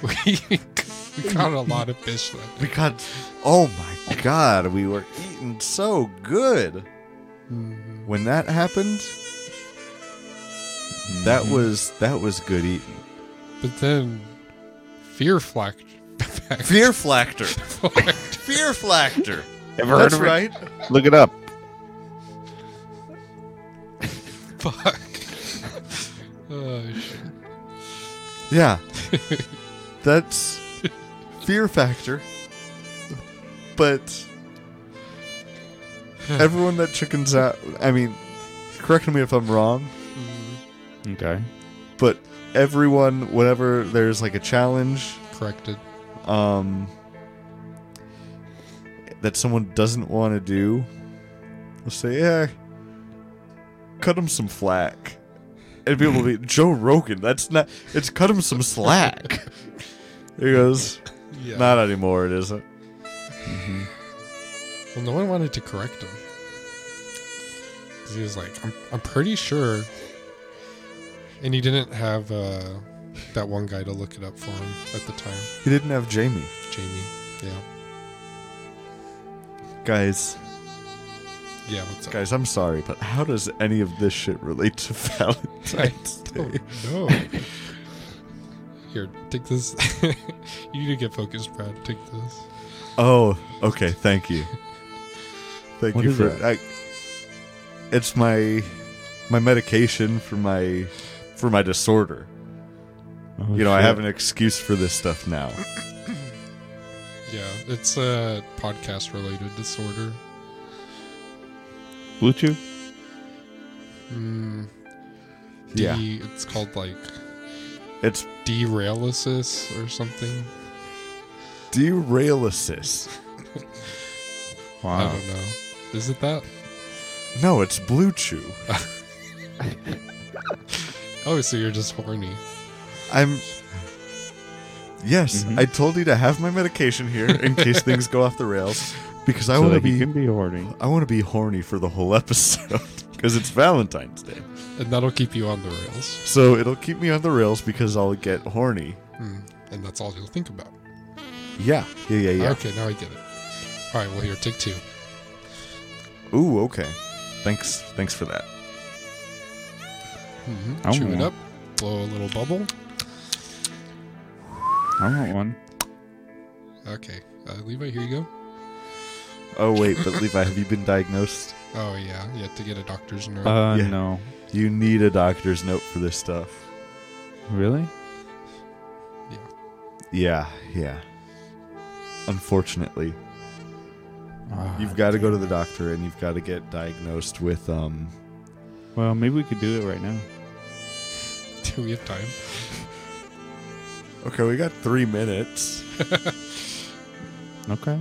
B: we we caught a lot of fish that
D: We got. Oh my god, we were eating so good.
A: Mm-hmm.
D: When that happened,
A: Mm-hmm.
D: that was that was good
A: (laughs)
D: eating.
B: But then fear flacked.
D: Fear flactor. Fear flactor.
A: Ever
D: That's right.
A: Look it up.
B: Fuck. (laughs) Oh, shit.
D: Yeah. That's fear factor. But everyone that chickens out, I mean, correct me if I'm wrong,
A: Okay.
D: but everyone, whenever there's like a challenge
B: Corrected.
D: um, that someone doesn't want to do, they'll say, yeah, cut him some flack. And people will be, Joe Rogan, that's not, it's cut him some slack. he goes,
B: Yeah.
D: Not anymore, it isn't.
B: well, no one wanted to correct him. 'Cause He was like, I'm, I'm pretty sure. And he didn't have uh, that one guy to look it up for him at the time.
D: He didn't have Jamie.
B: Jamie. Yeah.
D: Guys,
B: Yeah, what's up?
D: (laughs) guys, I'm sorry, but how does any of this shit relate to (laughs) Valentine's Day?
B: Oh, No.
D: (laughs)
B: Here, take this. (laughs) you need to get focused, Brad. Take this.
D: Oh, okay, thank you. Thank
A: What
D: you
A: is
D: for
A: that?
D: I, It's my my medication for my for my disorder.
A: Oh,
D: you know, I have an excuse for this stuff now.
B: Yeah, it's a podcast related disorder.
A: Bluetooth.
B: Mm, D,
D: Yeah.
B: It's called like
D: It's
B: derailisis or something.
D: derailasis.
B: I
A: Oh.
B: don't know. Is it that?
D: No, it's blue chew.
B: Oh, so you're just horny.
D: I'm. Yes,
A: Mhm.
D: I told you to have my medication here
A: (laughs)
D: in case things go off the rails, because I
A: So
D: want to
A: that
D: be
A: you can be hoarding.
D: I want to be horny for the whole (laughs) episode because it's Valentine's Day.
B: And that'll keep you on the rails.
D: So it'll keep me on the rails because I'll get horny.
B: Mm, and that's all you'll think about.
D: Yeah, yeah, yeah, yeah.
B: Okay, now I get it. All right, well, here, take two.
D: Ooh, okay. Thanks, thanks for
A: I
D: that.
B: hmm
A: want
B: Chew it
A: one.
B: up, blow a little bubble.
A: I want one.
B: Okay, uh, Levi, here you go.
D: Oh wait, but Levi, have you been diagnosed?
B: Oh yeah, you have to get a doctor's note. (laughs)
A: Uh,
D: Yeah.
A: no.
D: You need a doctor's note for this stuff.
A: Really?
D: Yeah, yeah. Unfortunately,
A: Ah,
D: you've got to go to the doctor and you've got to get diagnosed with um
A: well, maybe we could do it right now.
B: Do we have time?
D: Okay, we got 3 minutes.
A: Okay.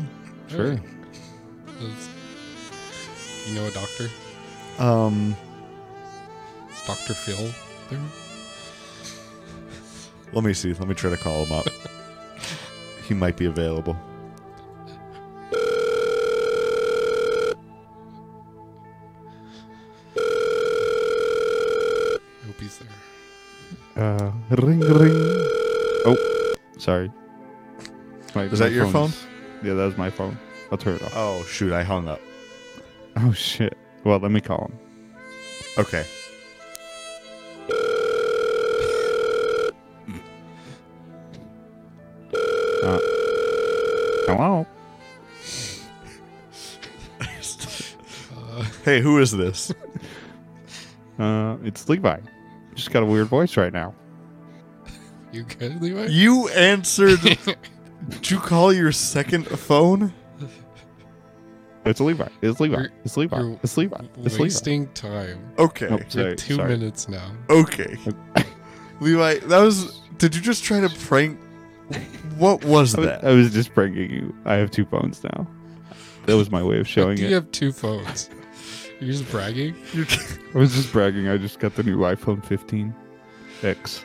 A: Sure.
B: Is- You know a doctor?
D: Um
B: Is Doctor Phil there?
D: let me see. Let me try to call him up. he might be available.
B: I hope he's there.
A: Uh, ring, ring. Oh, sorry. My-
D: Was
A: my
D: that your
A: phone's- Yeah, that was my phone. I'll turn it off.
D: Oh, shoot, I hung up.
A: (laughs) Oh shit. Well, let me call him.
D: Okay.
A: Hello.
B: Uh,
D: (laughs) Hey, who is this?
A: Uh, it's Levi. Just got a weird voice right now.
B: you good, Levi?
D: you answered Did you call your second phone?
A: It's Levi. It's Levi.
B: You're-
A: It's Levi.
B: you're
A: It's Levi. It's Levi.
B: Wasting time.
D: Okay.
A: Oh,
B: We're
A: sorry,
B: two
A: sorry.
B: minutes now.
D: Okay. Levi, that was. Did you just try to prank? What was
A: I was, uh,
D: that?
A: I was just pranking you. I have two phones now. That was my way of showing
B: Do
A: it. (laughs)
B: you have two phones? (laughs) You're just bragging.
A: I was just bragging. I just got the new iPhone 15 X.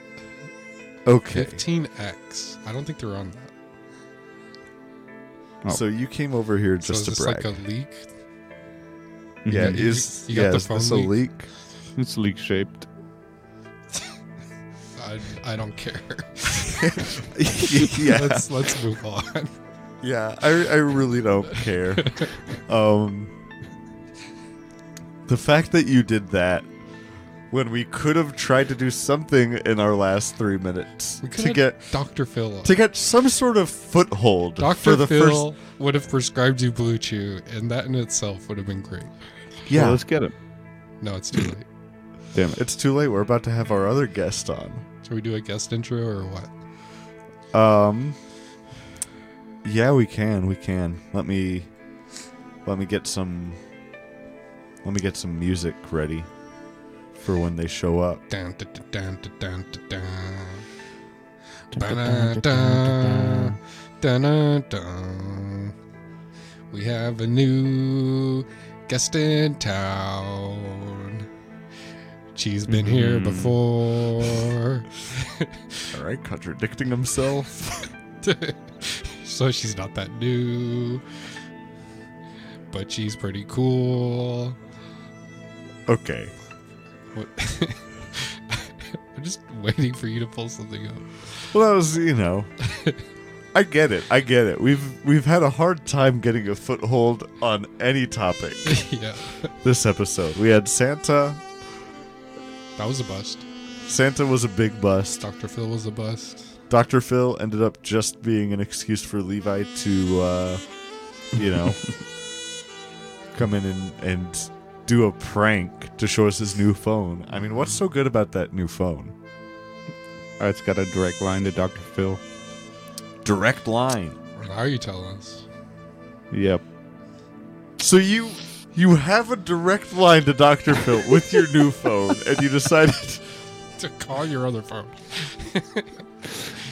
D: Okay.
B: 15x. I don't think they're on that.
A: Oh.
D: So you came over here
B: So
D: just
B: is
D: to
B: this like
D: brag.
B: a leak?
D: yeah,
B: you-
D: is
B: you got
D: yeah,
B: the
D: is this a
B: phone
D: leak?
A: Mm-hmm. It's leak shaped.
B: I, I don't care.
D: (laughs) yeah,
B: let's let's move on. (laughs)
D: yeah. I, I really don't care. Um, the fact that you did that when we could have tried to do something in our last three minutes
B: We could
D: to get
B: Doctor Phil. on.
D: to get some sort of foothold for
B: Doctor
D: the
B: Phil would have prescribed you Blue Chew, and that in itself would have been great.
D: first.
A: Yeah.
D: Yeah,
A: let's get him.
B: No, it's
D: (clears throat)
B: too late.
A: Damn it.
D: It's too late. We're about to have our other guest on.
B: Should we do a guest intro or what?
D: Um. Yeah, we can. We can. Let me. Let me get some. Let me get some music ready for when they show up.
B: Dun, dun, dun, dun, dun, dun, dun. Ba-da-da, dun-dun-dun. We have a new guest in town. She's been here
A: Mhm.
B: before.
D: All right, contradicting himself.
B: so she's not that new. But she's pretty cool.
D: okay.
B: What? I'm just waiting for you to pull something up.
D: Well, that was you know. I get it. I get it. We've we've had a hard time getting a foothold on any topic
B: yeah,
D: this episode. We had Santa.
B: that was a bust.
D: Santa was a big bust.
B: Dr. Phil was a bust.
D: Dr. Phil ended up just being an excuse for Levi to, uh, you (laughs) know, come in and, and do a prank to show us his new phone. I mean, what's so good about that new phone?
A: Oh, it's got a direct line to Dr. Phil.
D: Direct line.
B: Now are you telling us?
A: Yep.
D: So you you have a direct line to Dr. Phil with your new phone, and you decided
B: (laughs) To call your other phone.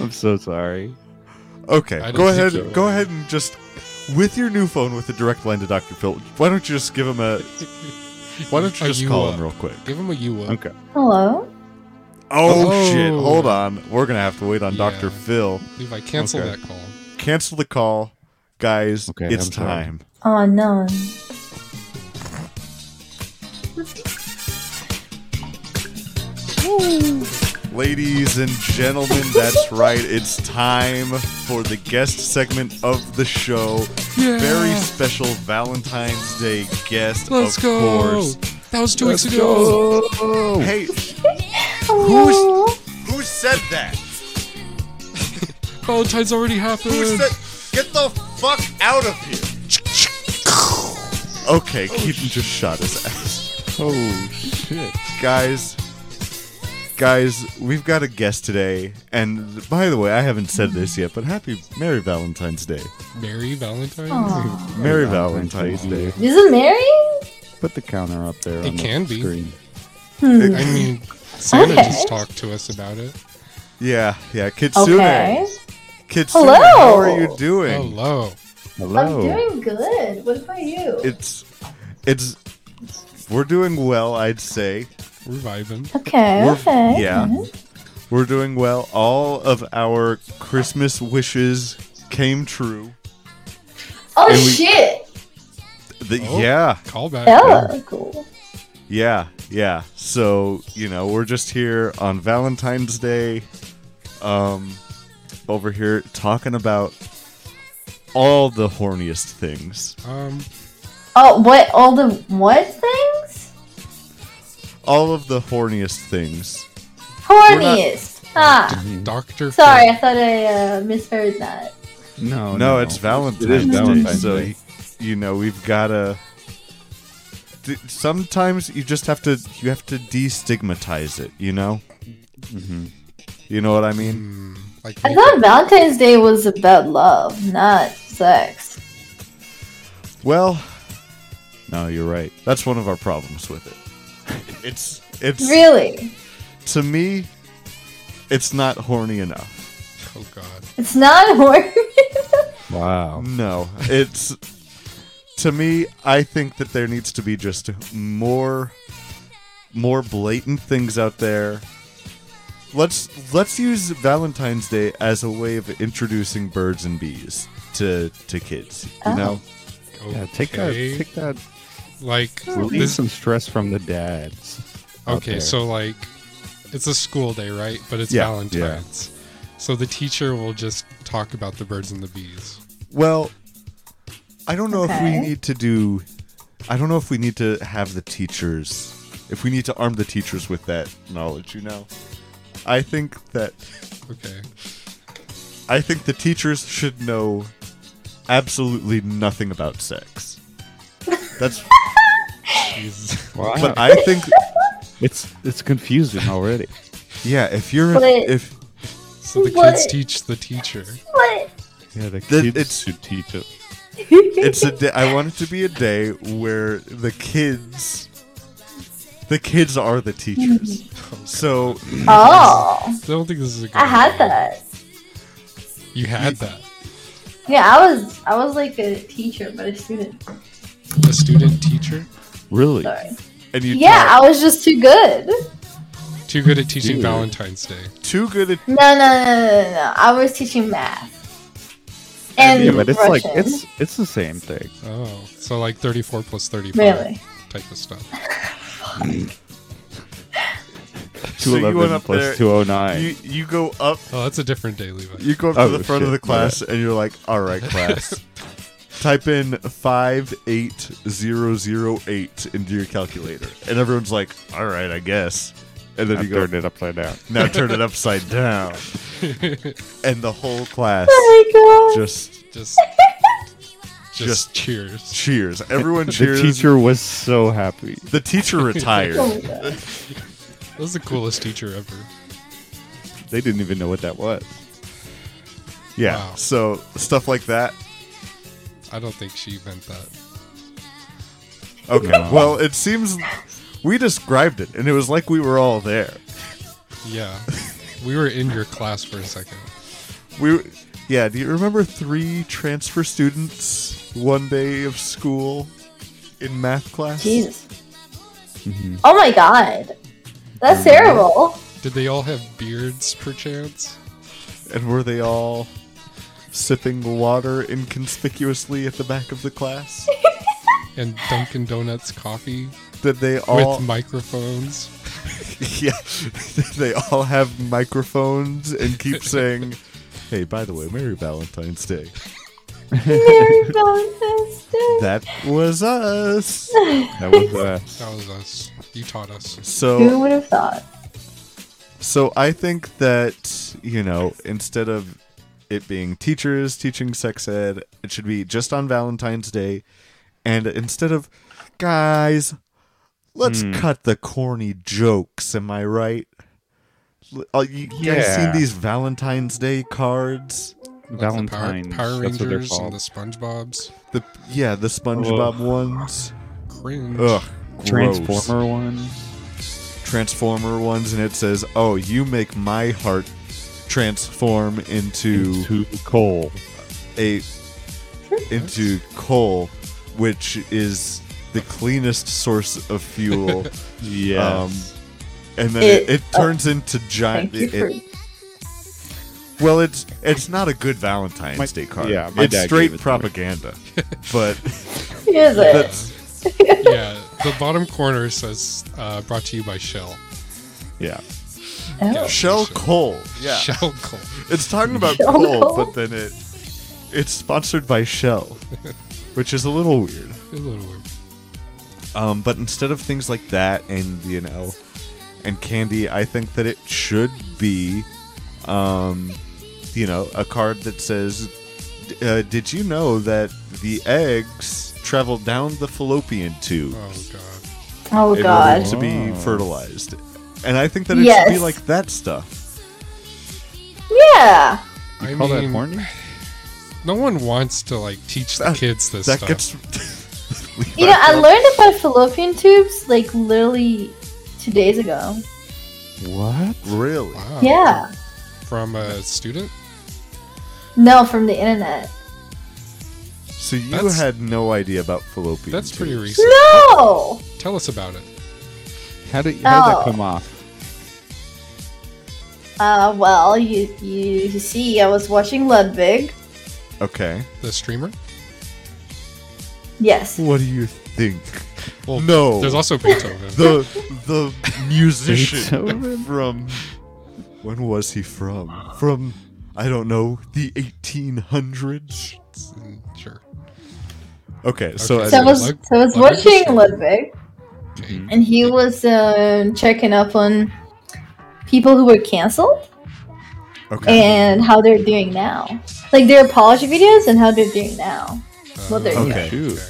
A: I'm so sorry.
D: Okay,
B: I
D: go
B: don't
D: ahead.
B: think you-
D: Go ahead and just with your new phone with a direct line to Dr. Phil. Why don't you just give
B: (laughs)
D: him a Why don't you
B: A
D: just
B: you uh,
D: call
B: up.
D: him real quick?
B: Give him a you up.
A: Okay.
G: Hello?
D: Oh,
B: Oh.
D: shit! Hold on, we're gonna have to wait on
B: Yeah.
D: Dr. Phil.
B: Levi, cancel
A: Okay.
B: that call.
D: Cancel the call, guys.
A: Okay,
D: it's
A: I'm sorry.
D: time.
G: Oh no.
D: Ladies and gentlemen,
B: (laughs)
D: that's right. It's time for the guest segment of the show. Very special Valentine's Day guest,
B: Let's
D: of
B: go.
D: course.
B: That was 2 weeks ago.
D: Hey,
G: Hello?
D: who said that?
B: Valentine's already happened.
D: Who said? Get the fuck out of here! Okay, Keaton just shot his ass.
A: Oh shit!
D: Guys, guys, we've got a guest today. And by the way, I haven't said this yet, but happy Merry Valentine's Day.
B: Merry Valentine's.
G: Aw.
B: (laughs)
D: Merry Valentine's Day.
G: Is it Mary?
A: Put the counter up there.
B: It
A: on the
B: can be.
A: Screen.
B: I
G: (laughs)
B: mean, Santa
G: Okay.
B: just talked to us about it.
D: Yeah, yeah, Kitsune.
G: Okay.
D: Kitsune,
G: Hello.
D: how are you doing?
B: Hello.
G: I'm
A: Hello.
G: doing good. What about you?
D: It's, it's, we're doing well, I'd say.
B: We're vibing.
G: okay.
D: We're-
G: okay.
D: Yeah.
G: Mm-hmm.
D: We're doing well. All of our Christmas wishes came true.
G: Oh
D: And we-
G: shit.
D: The,
B: Oh.
D: Yeah,
B: Call back.
G: Oh, cool.
D: yeah, yeah. So, you know, we're just here on Valentine's Day um over here talking about all the horniest things.
B: Um,
G: Oh, what? All the what things?
D: All of the horniest things.
G: Horniest. Ah.
B: Doctor.
G: Sorry, I thought I uh, misheard that.
A: No,
D: no, it's Valentine's,
A: It is
D: Day,
A: Valentine's
D: so
A: Day.
D: y- you know we've gotta. d- Sometimes you just have to you have to destigmatize it. You know.
A: Mm-hmm.
D: You know what I mean?
B: Like
G: I thought Valentine's Day was about love, not sex.
D: Well,
A: No, you're right.
D: that's one of our problems with it. It's it's
G: Really?
D: to me, it's not horny enough.
B: oh god.
G: It's not (laughs) horny.
A: Wow.
D: No, it's to me. I think that there needs to be just more, more blatant things out there. Let's let's use Valentine's Day as a way of introducing birds and bees to to kids. You
G: Oh. Oh,
D: know,
B: Okay.
A: Yeah, take that. Take that.
B: like
A: Release
B: this.
A: some stress from the dads. out
B: Okay,
A: there.
B: so like, it's a school day, right? But it's
D: Yeah,
B: Valentine's. So the teacher will just talk about the birds and the bees.
D: well, I don't know if
G: Okay.
D: we need to do. I don't know if we need to have the teachers. If we need to arm the teachers with that knowledge, you know, I think that
B: Okay.
D: I think the teachers should know absolutely nothing about sex.
G: (laughs)
D: That's (laughs)
B: Jeez.
A: Wow.
D: but I think
A: it's it's confusing already.
D: yeah, if you're
G: But-
D: if
B: So the
G: What?
B: kids teach the teacher. (laughs)
D: (laughs)
G: what?
A: Yeah, the
D: The-
A: kids
D: it's-
A: should teach it.
D: it's a day I want it to be a day where the kids the kids are the teachers.
G: (laughs)
D: So
G: Oh,
B: I don't think this is a good
G: I had
B: idea.
G: that.
B: You had that.
G: Yeah, I was I was like a teacher, but a student.
B: A student teacher?
A: Really?
G: Sorry.
D: and you
G: Yeah, I was just too good.
B: Too good at teaching
A: Dude.
B: Valentine's Day.
D: taught too good at
G: No, no, no, no, no, no. I was teaching math. And
A: Yeah, but it's
G: Russian.
A: like it's it's the same thing.
B: Oh. So like 34 plus 35
G: really.
B: type of stuff.
D: So you
A: 211
D: went up
A: plus
D: there,
A: 209.
D: you you go up
B: Oh, that's a different day, Levi.
D: you go up
A: Oh,
D: to the front of
A: shit,
D: the class and you're like, all right
A: (laughs)
D: class. Type in five eight zero zero eight into your calculator. And everyone's like, all right, I guess. And then
A: I
D: you go
A: turned it upside down.
D: Now turn
A: (laughs)
D: it upside down. and the whole class
G: Oh my god.
D: just
G: (laughs)
B: Just, just
D: Just- (laughs)
B: cheers.
D: cheers. Everyone cheers.
A: The teacher was so happy.
D: the teacher
G: Oh
A: (laughs)
D: retired.
G: my god.
B: That was the coolest teacher ever.
A: They didn't even know what that was.
D: Yeah.
B: Wow.
D: So stuff like that.
B: I don't think she meant that.
D: Okay. Well, it seems we described it and it was like we were all there. (laughs)
B: Yeah. We were in your class for a second.
D: We Yeah, do you remember three transfer students one day of school in math class?
G: Jesus. Oh my god. That's terrible.
B: Did they all have beards, perchance?
D: And were they all sipping water inconspicuously at the back of the
G: (laughs)
D: class?
B: And Dunkin' Donuts coffee
D: Did they all
B: with microphones?
D: (laughs) Yeah. they all have microphones and keep saying, "Hey, by the way, Merry Valentine's Day."
G: Merry Valentine's Day.
D: That was us.
A: That was uh,
B: (laughs)
A: us.
B: That was us. You taught us.
G: Who
D: So,
G: would have thought?
D: so I think that, you know, instead of it being teachers teaching sex ed, it should be just on Valentine's Day And instead of, guys, let's
A: Hmm.
D: cut the corny jokes, am I right? L- Oh, you guys
A: Yeah.
D: seen these Valentine's Day cards?
B: Like
A: Valentine's.
B: The Power, Power
A: that's what they're
B: Rangers and
A: called.
B: the SpongeBob's
D: The yeah, the SpongeBob ones.
B: cringe.
D: Ugh, gross.
A: Transformer one.
D: Transformer ones, and it says, "Oh, you make my heart transform into,
A: To coal.
D: a into coal, which is the cleanest source of
G: (laughs)
D: fuel."
A: Yes.
D: and then it,
G: It- oh,
D: it turns into giant.
G: Thank you
D: it-
G: for.
D: it- well, it's it's not a good Valentine's
A: My-
D: Day card.
A: yeah, my
D: it's
A: dad gave
D: straight
A: it to me. (laughs)
D: propaganda,
G: (laughs)
D: but
G: Is it?
D: that's
B: yeah, the bottom corner says uh, brought to you by Shell.
A: yeah.
G: Oh.
D: shell coal. Yeah,
B: Shell (laughs) Coal.
D: It's talking about
G: Shell
D: coal,
G: coal?
D: but then it it's sponsored by Shell, which is a little weird.
B: A little weird.
D: Um, but instead of things like that and you know and candy, I think that it should be, um, you know, a card that says, d- uh, "Did you know that the eggs travel down the fallopian tube
B: Oh god.
G: Oh
D: in
G: god.
D: order to be fertilized?" And I think that it should be
G: Yes.
D: like that stuff.
G: Yeah.
B: I
A: Call that
B: mean, (laughs)
A: horny?
B: no one wants to like teach the
D: That-
B: kids this
D: that
B: stuff.
D: gets. (laughs) Levi
G: You know, I
D: Burke.
G: learned about fallopian tubes like literally two days ago.
A: What?
D: really.
B: Wow.
G: Yeah.
B: From a student?
G: No, from the internet.
D: So you
B: That's-
D: had no idea about fallopian.
B: That's pretty
D: tubes.
B: recent.
G: No.
B: Tell us about it.
A: How did how did
G: Oh.
A: that come off?
G: Uh, well, you you see, I was watching Ludwig.
D: Okay.
B: The streamer?
G: Yes.
D: What do you think?
B: Well,
A: Oh.
D: no.
B: There's also Beethoven.
D: the the musician
A: (laughs) Beethoven?
D: from when was he from? From I don't know the 1800s.
B: Mm, sure.
D: Okay, so
B: Okay.
G: So I was
B: Lud-
G: so I
B: Ludwig
G: was Mm-hmm.
B: the
G: watching
B: Streamer.
G: Ludwig,
B: Okay.
G: and he was um, checking up on people who were canceled
D: okay,
G: and how they're doing now, like their apology videos and how they're doing now. Well, there you
D: Okay.
G: go.
A: Shoot.
B: Uh,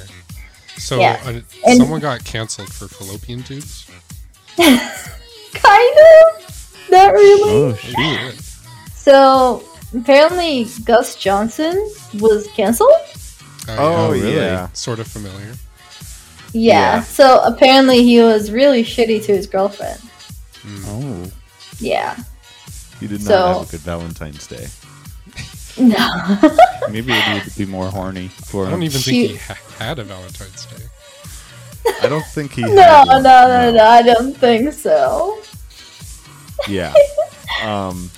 B: So
G: Yeah.
B: uh,
G: And-
B: someone got canceled for fallopian tubes?
G: Kind of, not really.
A: Oh shoot.
B: Shit.
G: So apparently, Gus Johnson was canceled.
D: Oh,
B: really?
D: yeah.
B: Sort of familiar.
D: Yeah.
G: Yeah. So apparently, he was really shitty to his girlfriend.
A: Oh.
G: Yeah.
D: you did not
G: so-
D: have a good Valentine's Day.
G: No.
A: Maybe it needed to be more horny for
B: I
A: him.
B: don't even think
G: She-
B: he ha- had a Valentine's Day.
D: I don't think he.
G: (laughs) no, no, no, no. I don't think so.
D: Yeah. Um.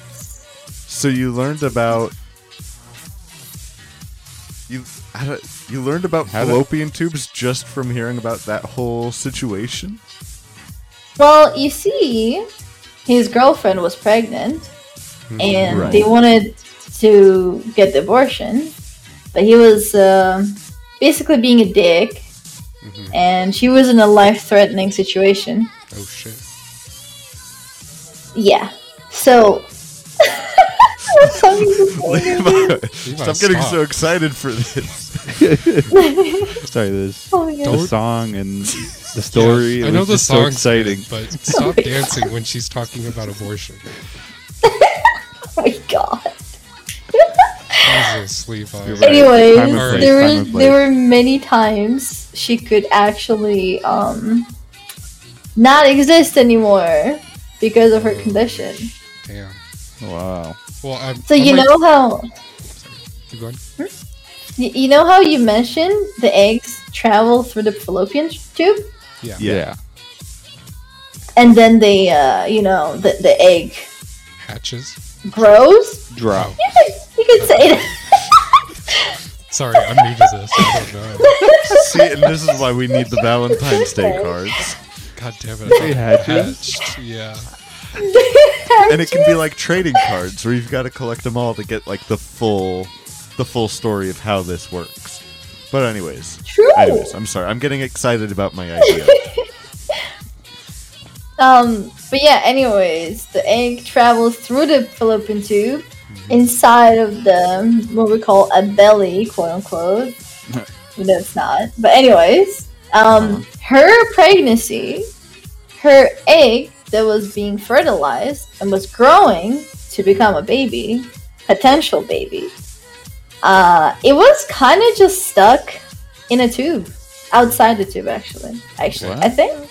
D: So you learned about you. I don't, you learned about
A: How did-
D: fallopian tubes just from hearing about that whole situation.
G: Well, you see, his girlfriend was pregnant, and
D: Right.
G: they wanted to get the abortion, but he was um basically being a dick,
B: Mhm.
G: and she was in a life-threatening situation.
B: Oh shit.
G: Yeah. So. (laughs) What's up with
A: (laughs)
G: this?
D: Stop getting
B: stop.
D: so excited for this.
A: Sorry, this
G: Oh my
A: the
G: god.
B: Don't-
A: song
B: (laughs)
A: and the story.
B: Yeah,
A: it
B: I know
A: was
B: the
A: just
B: song's
A: so exciting.
B: good, but
G: (laughs)
B: stop dancing when she's talking about abortion.
G: Oh my god.
B: Jesus, Levi.
A: You're right.
G: Anyways,
A: Time and place,
G: there
A: time
G: were
A: and
G: there were many times she could actually um not exist anymore because of her condition.
B: Damn.
A: Wow.
B: Well, I'm,
A: Oh
G: So you know how
B: Keep going.
G: y- you know how you mentioned the eggs travel through the fallopian tube
B: Yeah.
A: Yeah.
G: and then they uh you know the, the egg
B: Hatches.
G: grows?
A: Drop.
G: You could, you could say that. (laughs)
B: Sorry, I'm new to this. I don't
G: (laughs)
B: know.
D: See, and this is why we need the Valentine's Day cards.
B: God damn it. I
A: They
B: thought
A: hatches?
B: hatched. Yeah.
D: And it can be like trading cards where you've got to collect them all to get like the full the full story of how this works. But anyways.
G: True.
D: Anyways, I'm sorry. I'm getting excited about my idea.
G: Um, but yeah, anyways, the egg travels through the fallopian tube inside of the what we call a belly, quote unquote, we know it's not. But anyways, um, her pregnancy, her egg that was being fertilized and was growing to become a baby, potential baby, uh, it was kind of just stuck in a tube, outside the tube actually. Actually, I think.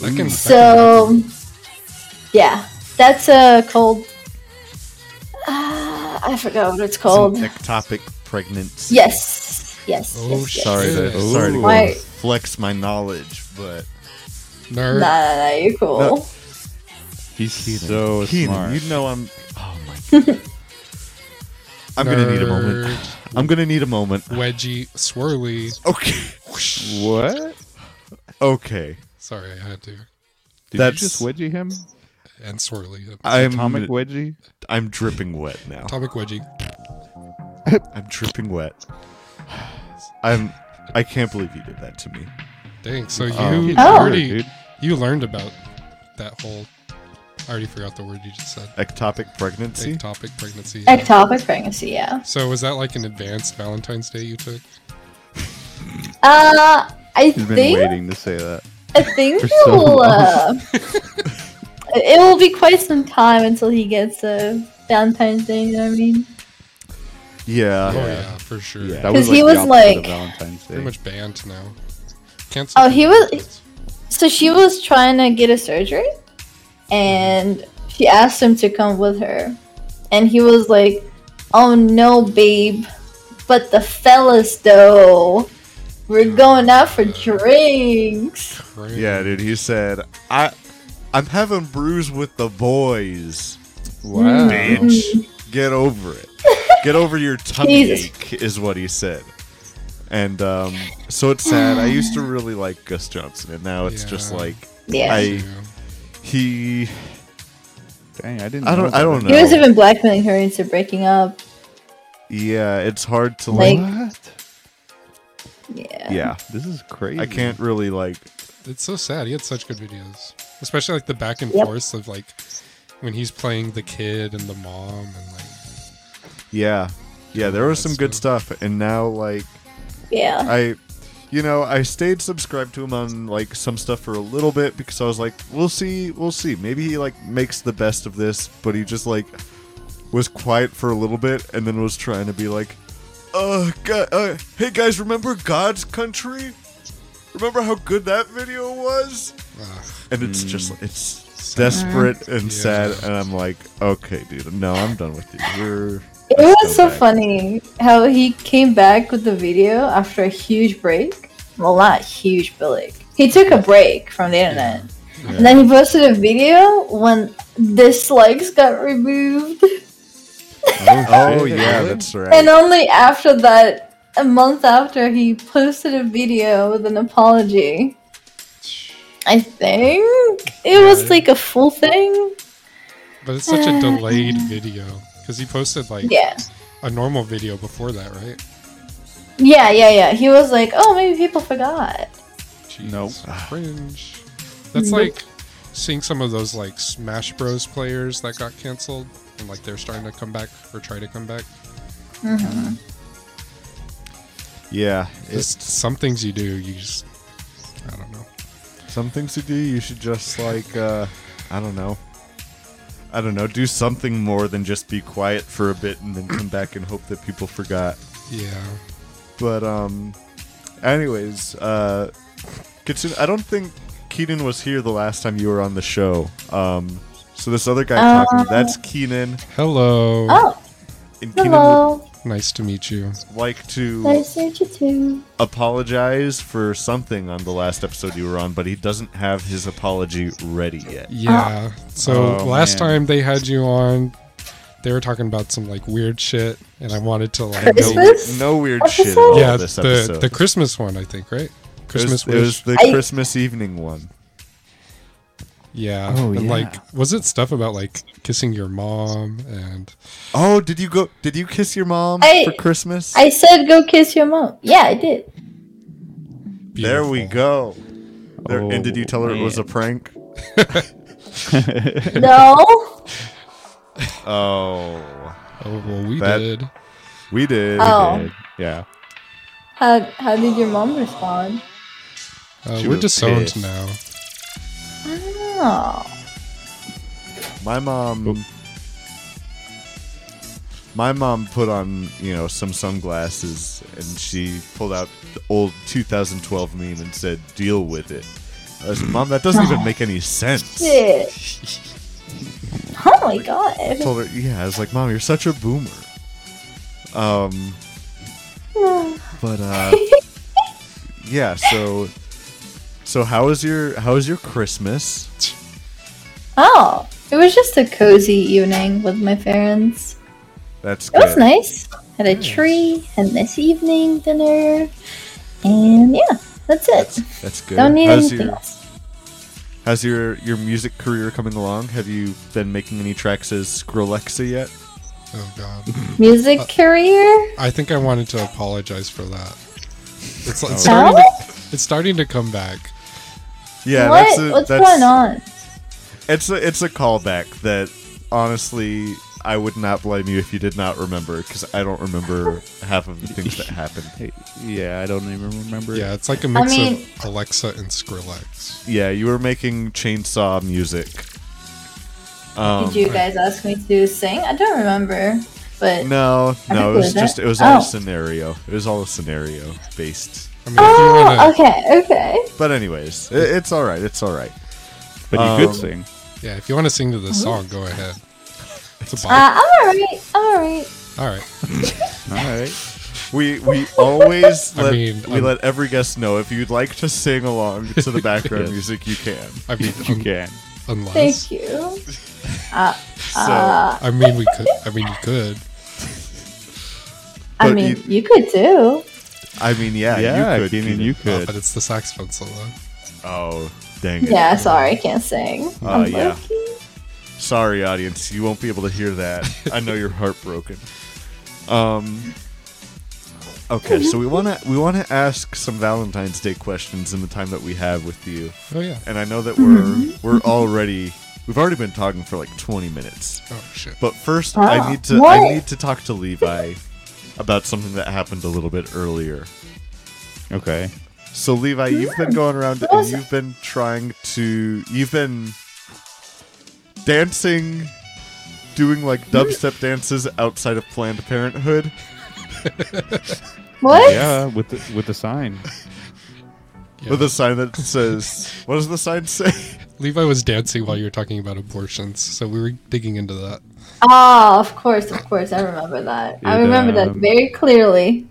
B: That can,
A: Mm.
G: So, yeah, that's a cold. Uh, I forgot what it's called.
D: It's an ectopic pregnant.
G: Yes, yes.
B: Oh,
G: yes, yes.
D: Sorry to,
B: Yes.
D: sorry to
B: Ooh.
D: go
G: Why-
D: flex my knowledge, but
G: Nah,
B: nerd.
G: nah, nah, you're cool.
D: No.
A: He's so smart.
D: Keenan, you know I'm. Oh my. God. I'm gonna need a moment.
B: Nerd.
D: I'm gonna need a moment.
B: Wedgie, swirly.
D: Okay.
A: What?
D: Okay.
B: Sorry, I had to.
A: Did
D: That's-
A: you just wedgie him?
B: And swirly.
D: I'm
A: Atomic wedgie?
D: I'm dripping wet now.
B: Atomic wedgie.
D: I'm dripping wet. I'm. I can't believe you did that to me.
B: Dang. So you
A: Oh.
B: already
A: Get
G: Oh.
A: over it, dude.
B: you learned about that whole. I already forgot the word you just said.
D: Ectopic pregnancy.
B: Ectopic pregnancy.
G: Ectopic pregnancy, yeah.
B: so was that like an advanced Valentine's Day you took?
G: Uh, I
A: He's been
G: think
A: waiting to say that.
G: I think
A: for
G: it
A: so
G: will.
A: long. (laughs)
G: Uh, it will be quite some time until he gets a Valentine's Day. You know what I mean?
D: Uh, Yeah.
B: oh yeah, for sure.
D: Yeah.
A: That
G: 'Cause he
A: the
G: was
A: opposite of
G: like-
A: Valentine's Day.
B: Pretty much banned now. Cancel.
G: Oh, he was. So she was trying to get a surgery, and she asked him to come with her, and he was like, "Oh no, babe, but the fellas though, we're going out for drinks."
B: Crazy.
D: Yeah, dude. He said, "I, I'm having brews with the boys.
A: Wow.
F: Bitch.
D: Get over
G: (laughs)
D: it. Get over your tummy
G: Mm. Jesus.
D: ache," is what he said. And um, so it's sad. I
G: (sighs)
D: used to really like Gus Johnson, and now it's just
B: Yeah.
D: like
G: Yeah,
D: I he.
A: Dang, I didn't
D: I don't.
A: know
D: I don't
A: that.
G: he was
D: know.
G: even blackmailing her into breaking up.
D: Yeah, it's hard to
G: Like-
D: like.
A: What?
G: Yeah.
D: Yeah,
A: This is crazy.
G: uh,
D: I can't really like.
B: It's so sad. He had such good videos, especially like the back and
G: Yep.
B: forth of like when he's playing the kid and the mom and like.
D: Yeah, yeah. There was some good
B: That's
D: stuff, and now like
G: yeah.
D: I, you know, I stayed subscribed to him on like some stuff for a little bit because I was like, we'll see, we'll see. Maybe he like makes the best of this, but he just like was quiet for a little bit and then was trying to be like, uh, gu- uh hey guys, remember God's Country? Remember how good that video was?
B: Ugh.
D: And it's just it's desperate
B: Mm.
D: and
B: Yeah.
D: sad, and I'm like, okay, dude, no, I'm done with you. We're
G: It was so
D: back.
G: funny how he came back with the video after a huge break. Well, not huge, but like he took a break from the internet, and then he posted a video when dislikes got removed,
D: (laughs) oh
A: shit,
D: yeah,
A: really?
D: that's right.
G: and uh, only after that, a month after, he posted a video with an apology. I think it was like a full thing.
B: But it's
G: (sighs)
B: such a delayed video because he posted like
G: Yeah.
B: a normal video before that, right?
G: Yeah, yeah, yeah. He was like, "Oh, maybe people forgot."
B: Jeez, Cringe. That's like seeing some of those like Smash Bros. players that got canceled and like they're starting to come back or try to come back.
D: Yeah, it's
B: Just some things you do, you just I don't know.
D: some things to do. You should just like, uh, I don't know, I don't know, do something more than just be quiet for a bit and then come back and hope that people forgot.
B: Yeah.
D: But um, anyways, uh, Kitsune, I don't think Keenan was here the last time you were on the show. Um, so this other guy
G: Um,
D: talking, that's Keenan,
B: Hello.
G: Oh,
D: and Keenan would
G: hello.
B: Nice to meet you.
D: like to
G: Nice to meet you too.
D: apologize for something on the last episode you were on, but he doesn't have his apology ready yet.
B: Yeah. so
A: Oh,
B: last
A: man.
B: time they had you on, they were talking about some like weird shit, and I wanted to like
G: Christmas
B: know.
D: No weird
G: episode?
D: shit at all
B: Yeah,
D: this
B: the
D: episode.
B: the Christmas one, I think, right?
D: It
B: Christmas
D: was- it was
B: wish.
D: the
G: I-
D: Christmas evening one.
B: Yeah.
A: Oh,
B: and
A: yeah.
B: like was it stuff about like kissing your mom and
D: Oh, did you go? Did you kiss your mom
G: I-
D: for Christmas?
G: I said go kiss your mom. Yeah, I did.
D: (laughs) there we
B: Beautiful.
D: go. There, and did
A: Oh,
D: you tell her it was a
A: man.
D: prank?
G: No.
D: Oh,
B: Oh well we
D: That-
B: did.
D: we did.
G: Oh.
A: (laughs) Yeah.
G: How, how did your mom respond?
B: Uh,
D: She
B: we're
D: was
B: disowned
D: pissed.
B: now.
G: Oh.
D: My mom. My mom put on, you know, some sunglasses and she pulled out the old 2012 meme and said, "Deal with it." I said, "Mom, that doesn't even make any sense." I
G: Oh. Shit. Oh my god.
D: (laughs) told her, "Yeah." I was like, "Mom, you're such a boomer." Um, but
G: (laughs)
D: uh, yeah. So, so how was your how was your Christmas?
G: Oh, it was just a cozy evening with my parents.
D: That's
G: It
D: good.
G: was nice. Had a tree, had this evening dinner, and yeah, that's it.
D: That's good.
G: Don't need
D: How's
G: anything
D: your-
G: else.
D: How's your your music career coming along? Have you been making any tracks as Skrillexa yet?
B: Oh god.
G: Music
D: Uh,
G: career?
B: I think I wanted to apologize for that. It's, it's
D: Oh.
B: starting
G: No?
B: to, it's starting to come back.
D: Yeah,
G: what?
D: that's a,
G: What's
D: that's,
G: going on?
D: It's a it's a callback that honestly I would not blame you if you did not remember because I don't remember
G: (laughs)
D: half of the things that happened.
A: (laughs) Hey, yeah, I don't even remember.
B: Yeah, it's like a mix
G: mean-
B: of Alexa and Skrillex.
D: Yeah, you were making chainsaw music. Um,
G: Did you guys ask me to sing? I don't remember, but
D: No, no,
G: I
D: it
G: think
D: was
G: it was
D: just
G: that-
D: it was all
G: oh.
D: a scenario. It was all a scenario based.
B: I mean,
G: oh,
B: if you wanna,
G: okay, okay.
D: But anyways, it, it's all right. It's all right.
A: But you
D: Um,
A: could sing.
B: yeah, if you want to sing to this song, go ahead. It's a bop.
G: Uh-huh. Uh, I'm alright. I'm alright.
B: All right.
A: All right.
D: (laughs) We we always
B: I
D: let
B: mean,
D: we
B: I'm-
D: let every guest know if you'd like to sing along to the background music, you can.
B: I
D: (laughs)
B: mean,
A: You
B: un-
A: can.
B: unless
G: Thank you.
D: So
B: I mean we could. I mean you could. uh,
G: I
D: But
G: mean,
D: you-
G: you, could too.
D: I mean, yeah,
A: Yeah,
D: you could.
A: Keenan, you
B: Uh,
A: could.
B: but it's the saxophone solo.
D: Oh, dang it!
G: Yeah, sorry, I can't sing.
D: Uh,
G: I'm
D: yeah.
G: lucky.
D: Sorry, audience, you won't be able to hear that. I know you're heartbroken. Um. Okay, so we wanna we wanna ask some Valentine's Day questions in the time that we have with you,
B: Oh yeah.
D: and I know that we're we're already we've already been talking for like 20 minutes.
B: Oh shit.
D: But first,
G: Ah,
D: I need to
G: what?
D: I need to talk to Levi about something that happened a little bit earlier.
A: Okay.
D: So Levi, you've been going around and
G: was-
D: you've been trying to you've been dancing, doing like dubstep dances outside of Planned Parenthood.
G: What?
A: Yeah, with the, with the sign.
D: With a sign that says, "What does the sign say?" (laughs)
B: Levi was dancing while you were talking about abortions, so we were digging into that.
G: Oh, of course, of course. I remember that. I
A: It,
G: remember that
A: um,
G: very clearly.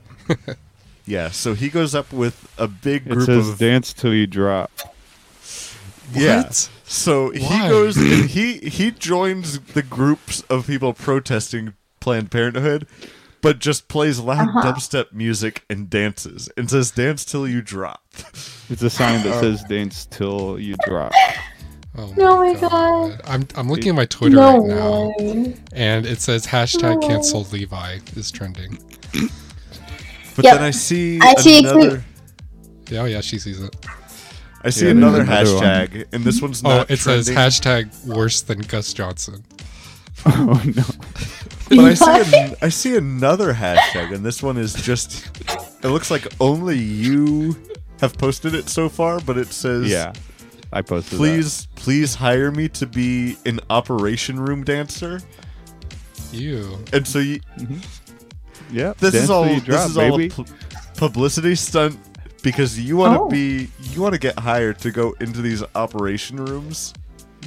D: Yeah. So he goes up with a big
A: It
D: group
A: says
D: of
A: dance till you drop.
D: Yeah.
B: What?
D: So he
B: Why?
D: goes and he he joins the groups of people protesting Planned Parenthood, but just plays loud
G: Uh-huh.
D: dubstep music and dances and says "Dance till you drop." (laughs)
A: It's a sign that says dance till you drop.
B: Oh my,
G: Oh my God.
B: I'm, I'm looking at my Twitter
G: No
B: right now,
G: way.
B: and it says hashtag
G: No.
B: cancel Levi is trending.
D: But
G: Yep.
D: then I see
G: I see a
D: another
G: tweet.
B: Yeah, Oh yeah, she sees it.
D: I see
A: Yeah, there's
D: another,
A: another one.
D: hashtag, and this one's
B: Oh,
D: not.
B: it says
D: trending,
B: hashtag worse than Gus Johnson.
A: (laughs) oh no.
D: But I see an, I see another hashtag, and this one is just. It looks like only you have posted it so far, but it says
A: Yeah. I posted that.
D: Please, please hire me to be an operation room dancer.
B: You.
D: And so you,
A: Yep.
D: this
A: dance
D: is
A: till
D: all
A: you drop,
D: this is all a
A: baby.
D: pu- publicity stunt because you want to
G: Oh.
D: be you want to get hired to go into these operation rooms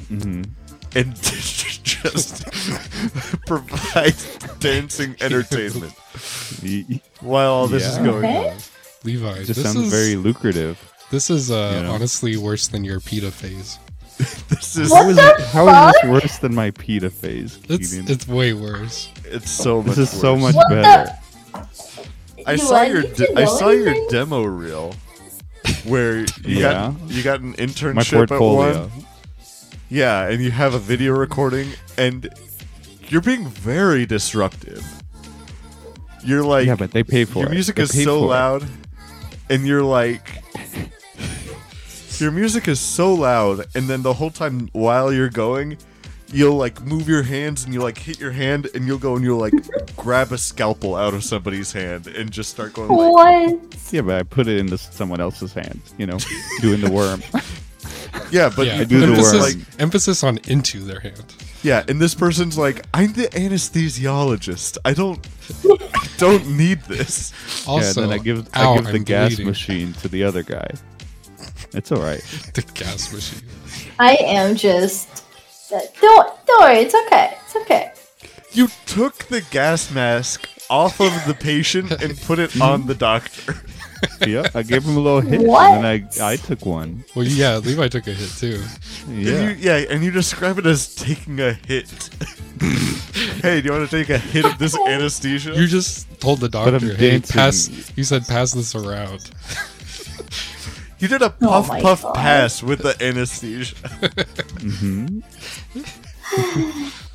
A: Mhm.
D: and (laughs) just (laughs) provide
A: (laughs)
D: dancing entertainment
A: Y-
D: while all this is
A: Yeah.
D: going
G: Okay.
D: on.
B: Levi,
A: It just
B: this
A: sounds
B: is
A: very lucrative.
B: this is uh,
A: you know.
B: honestly worse than your PETA phase.
D: This is
G: What?
A: How is,
G: the
A: how is this worse than my PETA phase?
B: It's
A: Keenan?
B: it's way worse.
D: it's so much.
A: this is so much
D: worse.
G: What the-
A: better.
D: I
G: Do
D: saw
G: I
D: your
G: need
D: de-
G: to
D: I
G: know
D: saw your
G: anything?
D: demo reel where you
A: Yeah.
D: got you got an
A: My
D: internship at
A: portfolio.
D: one. Yeah, and you have a video recording and you're being very disruptive. You're like
A: yeah, but they pay for it.
D: your music
A: They
D: is
A: paid
D: so
A: for it.
D: loud and you're like your music is so loud and then the whole time while you're going you'll like move your hands and you like hit your hand and you'll go and you'll like grab a scalpel out of somebody's hand and just start going
G: (laughs)
D: like,
G: What?
A: Yeah, but I put it into someone else's hands, you
D: (laughs)
A: know, doing the worm.
D: yeah, but
A: I
D: you
A: do the
D: do
A: worm.
D: like
A: Like-
B: emphasis, emphasis on into their hand.
D: yeah, and this person's like, I'm the anesthesiologist. I don't, I don't need this.
B: Also,
A: yeah, and then I give
B: ow,
A: I give the
B: I'm
A: gas
B: bleeding.
A: machine to the other guy. It's all
D: (laughs)
A: right.
B: The gas machine.
G: I am just. Don't don't worry. It's okay. It's okay.
D: You took the gas mask off of the patient and put it on the doctor.
A: yeah, I gave him a little hit,
G: What?
A: and then I I took one.
B: Well, yeah, Levi took a hit too.
A: Yeah,
D: And you, yeah, and you describe it as taking a hit. (laughs) hey, do you want to take a hit of this anesthesia?
B: You just told the
A: I'm
B: doctor, "Hey,
A: dancing."
B: pass." You said, "Pass this around."
D: You did a puff
G: my
D: puff
G: God.
D: pass with the anesthesia.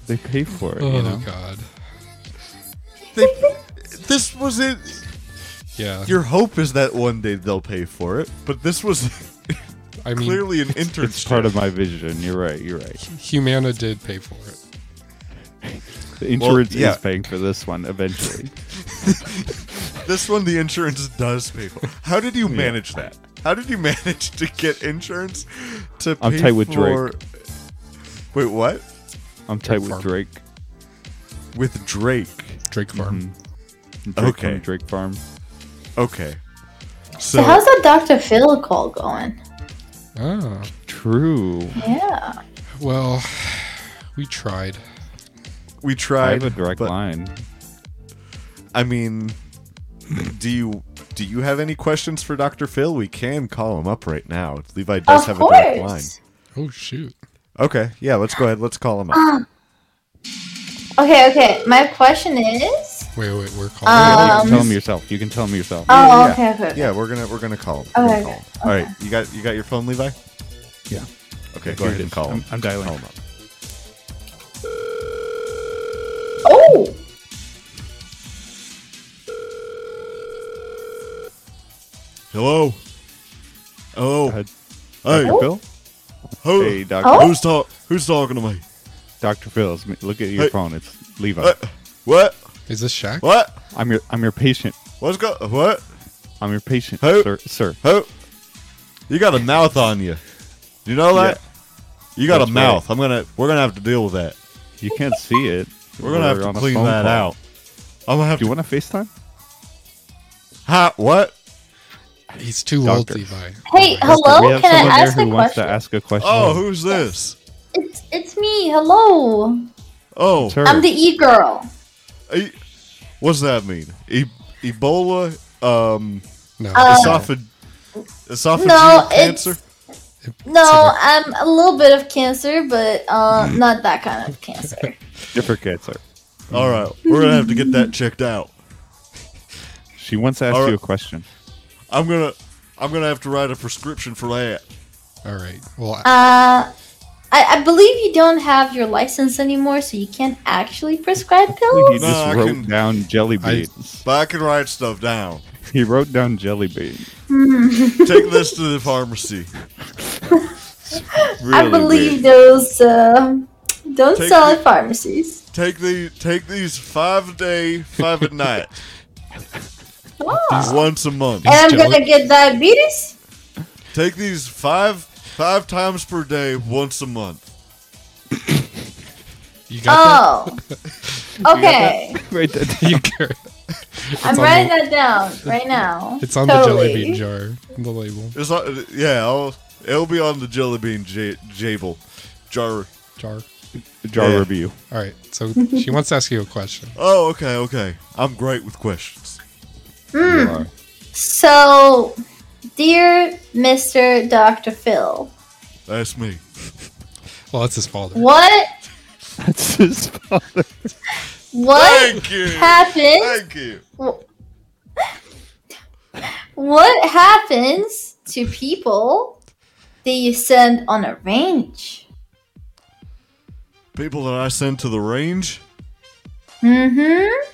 A: they pay for it.
B: Oh
A: you know?
B: God.
D: They, this was it.
B: Yeah.
D: Your hope is that one day they'll pay for it, but this was
B: I mean,
D: clearly an internship.
A: It's part of my vision. You're right. You're right.
B: Humana did pay for it.
A: The insurance
D: yeah.
A: is paying for this one
D: (laughs)
A: eventually.
D: this one. The insurance does pay for. How
A: (laughs)
D: did you manage that? How did you (laughs) manage to get insurance to
A: I'm
D: pay
A: tight with Drake.
D: for? Wait, what?
A: I'm tight
B: Farm.
A: with Drake.
D: With Drake?
B: Drake Farm.
A: Mm-hmm. Drake
D: Okay.
A: From Drake Farm.
D: Okay. So,
G: So how's that Dr. Phil call going?
B: Oh.
A: True.
G: Yeah.
B: Well, we tried.
D: we
A: I
D: tried.
A: have a direct
D: but-
A: line.
D: I mean, do you do you have any questions for Doctor Phil? We can call him up right now. Levi does
G: of
D: have a direct line.
G: course.
B: Oh shoot.
D: Okay, yeah, let's go ahead. Let's call him
G: Um,
D: up.
G: Okay, okay. My question is.
B: Wait, wait, we're
A: You
G: Uh, Um,
B: calling.
A: can tell him yourself. You can tell him yourself.
G: Oh,
D: yeah.
G: okay, okay. okay.
D: Yeah, we're gonna we're gonna call him. We're gonna
G: Okay,
D: call him.
G: okay,
D: All right, you got you got your phone, Levi?
A: Yeah.
G: Um,
D: Okay, go ahead and call him.
A: I'm, I'm dialing.
D: Call him up.
G: Oh,
D: Hello. Oh,
A: Uh,
D: hey,
A: Dr. Phil?
D: who,
A: Hey, Doctor.
G: Oh.
D: who's talk who's talking to me?
A: Dr. Phil, it's me- look at your
D: Hey.
A: phone. It's Levi.
D: Uh, what?
B: Is this Shaq?
D: What?
A: I'm your I'm your patient.
D: What's go? What?
A: I'm your patient,
D: Who?
A: sir. Sir.
D: Who? You got a mouth on you. You know that? You got
A: That's
D: a mouth. I'm gonna. We're gonna have to deal with that.
A: You can't see it.
D: We're gonna have
A: on
D: to
A: a
D: clean
A: phone
D: that
A: call.
D: out. I'm gonna have
A: Do you
D: to.
A: want a FaceTime?
D: Ha, what?
B: He's too
A: Doctor.
B: old, Levi. Oh,
G: hey,
A: we
G: hello.
A: have
G: Can
A: someone
G: I
A: there
G: ask
A: who
G: a
A: wants to
G: question?
A: ask a question.
D: Oh, who's this?
G: It's it's me. Hello.
D: Oh,
A: Sir.
G: I'm the e-girl.
D: e- what's that mean? E- Ebola, um,
B: No.
G: Uh,
B: no.
D: esophag- esophageal
G: No, it's
D: cancer.
G: no. I'm a little bit of cancer, but uh, not that kind of cancer.
A: different cancer.
D: All right, we're gonna have to get that checked out.
A: She wants to ask
D: All right.
A: you a question.
D: I'm gonna, I'm gonna have to write a prescription for that.
B: All right. Well, I-
G: Uh, I, I believe you don't have your license anymore, so you can't actually prescribe
A: He
G: pills.
D: No, I
A: just wrote
D: can-
A: down jelly
B: I-
A: beans.
D: But I can write stuff down.
A: (laughs) He wrote down jelly beans.
D: Take this to the pharmacy.
A: Really
G: I
A: (laughs) weird.
G: believe those uh, don't
D: Take
G: sell
D: the-
G: at pharmacies.
D: Take these, take these five a day, five at night,
G: Oh.
D: once a month.
B: These
G: And I'm
B: jelly-
G: gonna get diabetes.
D: Take these five, five times per day, once a month.
B: you got
G: Oh.
B: (laughs)
G: Okay.
A: Wait, that-
B: that? (laughs) You got-
G: I'm
B: on
G: writing that down right now.
B: it's on the jelly bean jar. The label
D: It's not, yeah, I'll, it'll be on the jelly bean j- jable jar.
B: jar.
A: jar
D: Yeah. (laughs)
A: review.
B: All right. So she wants to ask you a question.
D: Oh, okay, okay. I'm great with questions.
A: You are.
G: So, dear Mr. Dr. Phil,
D: That's me.
B: Well, that's his father.
G: what
A: That's his father.
G: what
D: Thank you.
G: happens?
D: Thank you.
G: What happens to people that you send on a range?
D: People that I send to the range.
G: Mm-hmm.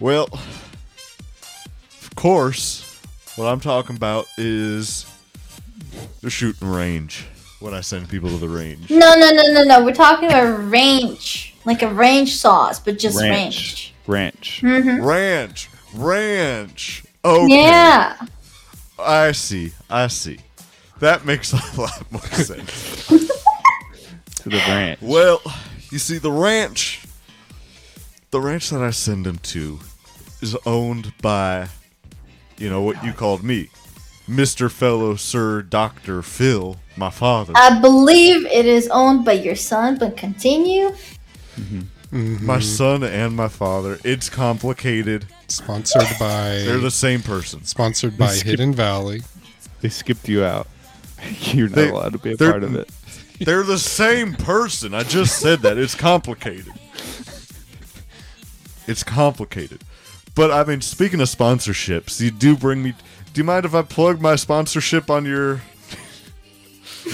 D: Well, of course, what I'm talking about is the shooting range. when I send people to the range.
G: No, no, no, no, no. We're talking about ranch, like a ranch sauce, but just ranch.
A: Ranch.
D: Ranch, ranch. Okay,
G: Yeah.
D: I see. I see. That makes (laughs) a lot more sense.
A: To the ranch.
D: Well, you see, the ranch, the ranch that I send him to, is owned by, you know, what you called me, Mister Fellow Sir Doctor Phil, my father.
G: I believe it is owned by your son, but continue.
D: my son and my father. It's complicated.
B: Sponsored
D: They're
B: by
D: the same person.
B: sponsored by Hidden Valley. (laughs)
A: They skipped you out. (laughs) You're not
D: They-
A: allowed to be a
D: they're-
A: part of it.
D: They're the same person. I just said that. It's complicated. It's complicated. But I mean, speaking of sponsorships, you do bring me. Do you mind if I plug my sponsorship on your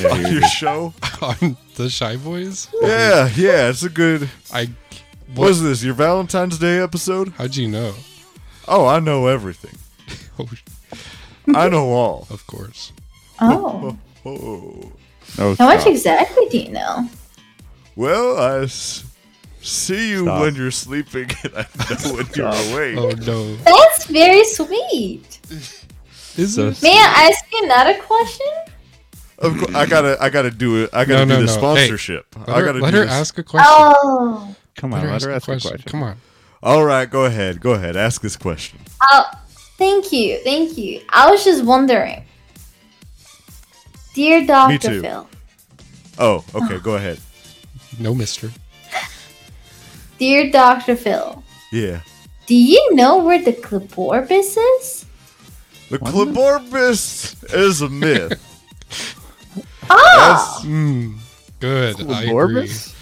D: on your show?
B: on the Shy Boys.
D: Yeah, yeah, it's a good.
B: I.
D: What
B: What?
D: is this? Your Valentine's Day episode?
B: How'd you know?
D: Oh, I know everything.
B: Oh,
D: I know
B: (laughs)
D: all.
B: of course.
G: Oh.
D: Oh,
A: No, (laughs)
G: How much
A: stop.
G: exactly do you know?
D: well, I s- see you
A: Stop.
D: when you're sleeping, and I know when you're awake.
B: Oh no.
G: That's very sweet.
B: Is
A: So-
B: it?
G: May I ask you another question?
D: Of course, I gotta, I gotta do it. I gotta
B: No,
D: do
B: no,
D: the
B: no. Hey,
D: sponsorship.
B: Let
D: I
B: her,
D: gotta
B: let
D: do
B: her
D: this.
B: ask a question.
G: Oh,
A: Come on,
B: Let her ask,
A: a question.
B: Come on.
D: All right, go ahead, go ahead, ask this question.
G: oh, thank you, thank you. I was just wondering, dear Doctor
D: too.
G: Phil,
D: Oh, okay, go ahead.
B: No, Mister.
G: dear Doctor Phil,
D: Yeah,
G: do you know where the clitoris is?
D: the clitoris is a myth.
G: Ah,
D: That's
B: Mm, good. I agree.
A: Orbis?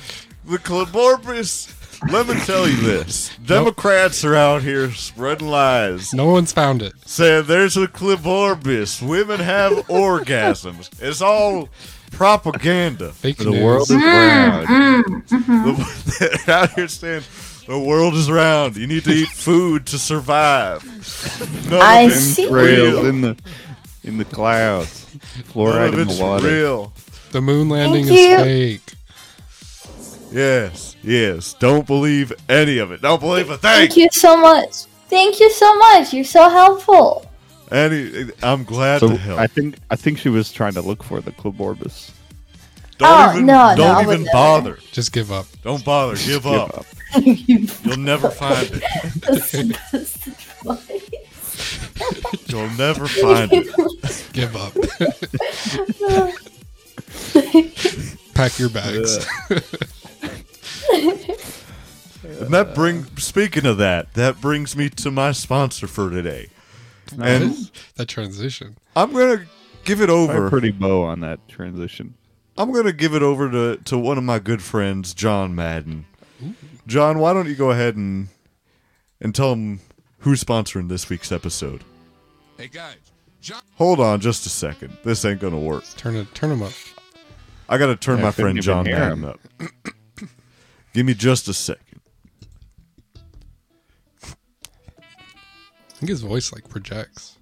D: the clitoris. Let me tell you this: Democrats are out here spreading lies,
B: No one's found it.
D: saying there's a clitoris. Women have orgasms. It's all propaganda.
B: Fake
A: The
B: news.
G: Mm,
A: world is round.
G: hmm,
D: The, (laughs) they're out here saying the world is round. You need to eat food to survive. None
G: I
D: of it's
G: see.
A: Trails
D: real.
A: in the in the clouds.
D: None
A: Fluoride
D: of
A: in
D: it's
A: the water.
D: real.
B: the moon landing
G: Thank you.
B: is fake.
D: Yes, yes. Don't believe any of it. Don't believe a thing.
G: thank you so much. Thank you so much. You're so helpful.
D: Any. I'm glad
A: So
D: to help.
A: I think I think she was trying to look for the Cliborbis.
D: don't
G: Oh,
D: even,
G: no, no, I
D: don't
G: would
D: even
G: never.
D: bother.
B: Just give up.
D: Don't bother. Give up.
A: up.
D: You'll never find it.
G: (laughs) That's the best advice.
D: You'll never find it.
B: Give
G: (laughs)
B: up. Pack your bags.
D: And that bring. Speaking of that, that brings me to my sponsor for today. And
B: (laughs) that transition.
D: I'm gonna give it
A: Put a
D: over.
A: pretty bow on that transition.
D: I'm gonna give it over to, to one of my good friends, John Madden. John, why don't you go ahead and and tell him who's sponsoring this week's episode?
B: Hey guys,
D: Hold on just a second. This ain't gonna work.
B: turn it. Turn them up.
D: I gotta turn
A: I
D: my
A: couldn't even
D: friend John
A: hear him.
D: Madden up. Give me just a second.
B: I think his voice like projects.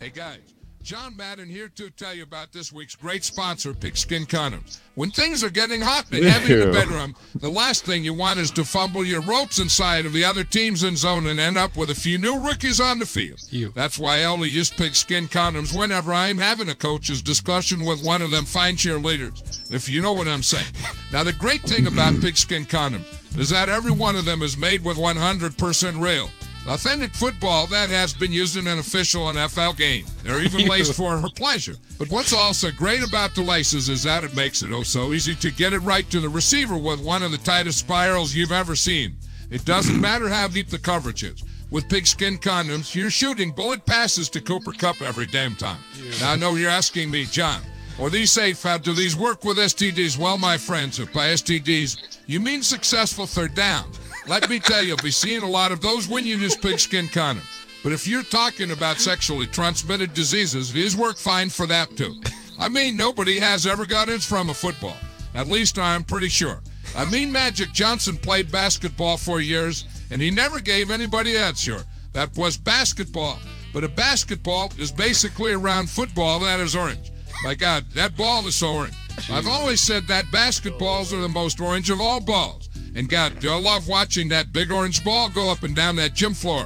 H: Hey guys, John Madden here to tell you about this week's great sponsor, Pigskin Condoms. When things are getting hot and heavy in the
A: Ew.
H: bedroom, the last thing you want is to fumble your ropes inside of the other team's end zone and end up with a few new rookies on the field.
B: Ew.
H: That's why I only use pigskin condoms whenever I'm having a coach's discussion with one of them fine cheerleaders, if you know what I'm saying. Now, the great thing about pigskin condoms is that every one of them is made with 100% real. Authentic football that has been used in an official NFL game. They're even laced for her pleasure. But what's also great about the laces is that it makes it oh so easy to get it right to the receiver with one of the tightest spirals you've ever seen. It doesn't matter how deep the coverage is. With pigskin condoms, you're shooting bullet passes to Cooper Cup every damn time. Now I know you're asking me, John. Are these safe? How do these work with STDs? Well, my friends, if by STDs you mean successful third down, let me tell you, you'll be seeing a lot of those when you use pigskin condoms. But if you're talking about sexually transmitted diseases, these work fine for that too. I mean, nobody has ever got it from a football. At least I'm pretty sure. I mean, Magic Johnson played basketball for years, and he never gave anybody that sure. That was basketball. But a basketball is basically around football that is orange. My God, that ball is so orange. I've always said that basketballs are the most orange of all balls. And God, do I love watching that big orange ball go up and down that gym floor.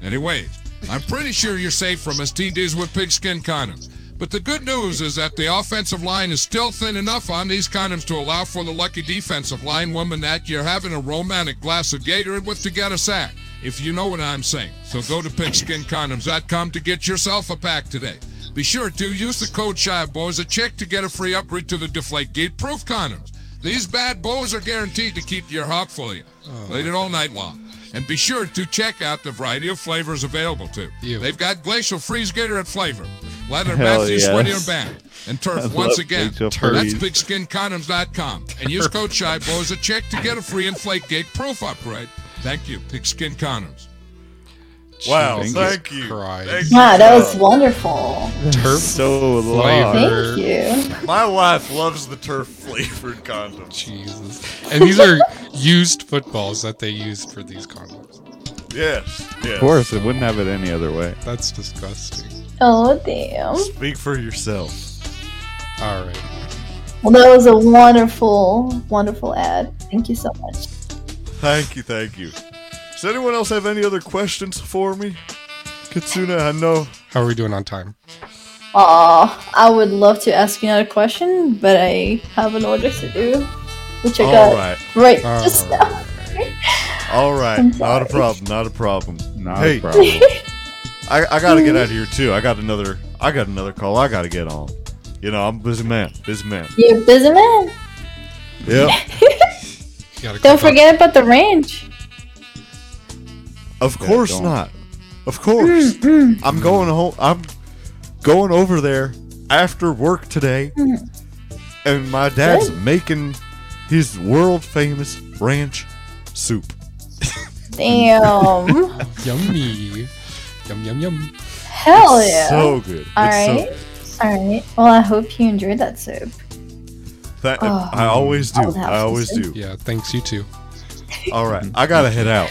H: Anyways, I'm pretty sure you're safe from STDs with pigskin condoms. But the good news is that the offensive line is still thin enough on these condoms to allow for the lucky defensive line woman that you're having a romantic glass of Gatorade with to get a sack, if you know what I'm saying. So go to pigskincondoms.com to get yourself a pack today. Be sure to use the code Shy Boys a check to get a free upgrade to the Deflategate Proof condoms. These bad boys are guaranteed to keep your heart full of you. they did all night long. And be sure to check out the variety of flavors available too.
B: Ew.
H: They've got glacial freeze Gatorade flavor, lather
A: Hell
H: Matthew
A: yes.
H: sweaty and band, and turf once
A: love
H: again.
A: glacial
H: That's
A: freeze.
H: pigskincondoms.com. And use code Shy Boys a check to get a free Inflategate Proof upgrade. Thank you, Pigskin Condoms.
F: Wow,
A: Jesus
F: thank you.
B: Christ.
F: Thank you.
G: Wow, that was wonderful.
B: Turf
A: So long.
B: flavor.
G: Thank you.
F: My wife loves the turf flavored condoms.
B: Jesus. And these are used footballs that they use for these condoms.
F: Yes, yes.
A: Of course, it wouldn't have it any other way.
B: That's disgusting.
G: Oh, damn.
D: Speak for yourself.
B: All right.
G: Well, that was a wonderful, wonderful ad. Thank you so much.
D: Thank you, thank you. Does anyone else have any other questions for me? Katsuna, I know.
B: How are we doing on time?
G: Aw, I would love to ask you another question, but I have an order to do, which I got
D: All right,
G: right
B: All
G: just
B: right.
G: now.
D: all right.
G: I'm
D: Not a
G: sorry.
D: problem, not a problem.
A: Not
D: hey,
A: a
G: (laughs)
A: problem.
D: I, I gotta get out of here too. I got another, I got another call. I gotta get on. You know, I'm a busy man, busy man.
G: You're a busy man.
D: Yep.
B: You gotta
G: Don't
B: cook up.
G: forget about the ranch.
D: Of
A: Yeah,
D: course
A: don't.
D: not. Of course.
G: Mm-hmm.
D: I'm going home. I'm going over there after work today.
G: Mm.
D: And my dad's making his world famous ranch soup.
G: (laughs) Damn.
B: Yummy. Yum, yum, yum.
G: Hell
D: It's
G: Oh, yeah.
D: So good.
G: All
D: it's so
G: right. All right. Well, I hope you enjoyed that soup.
D: That,
G: Oh.
D: I always do.
G: I would have
D: I
G: some
D: always
G: soup.
D: do.
B: Yeah, thanks, you too.
D: All right. I got to head out.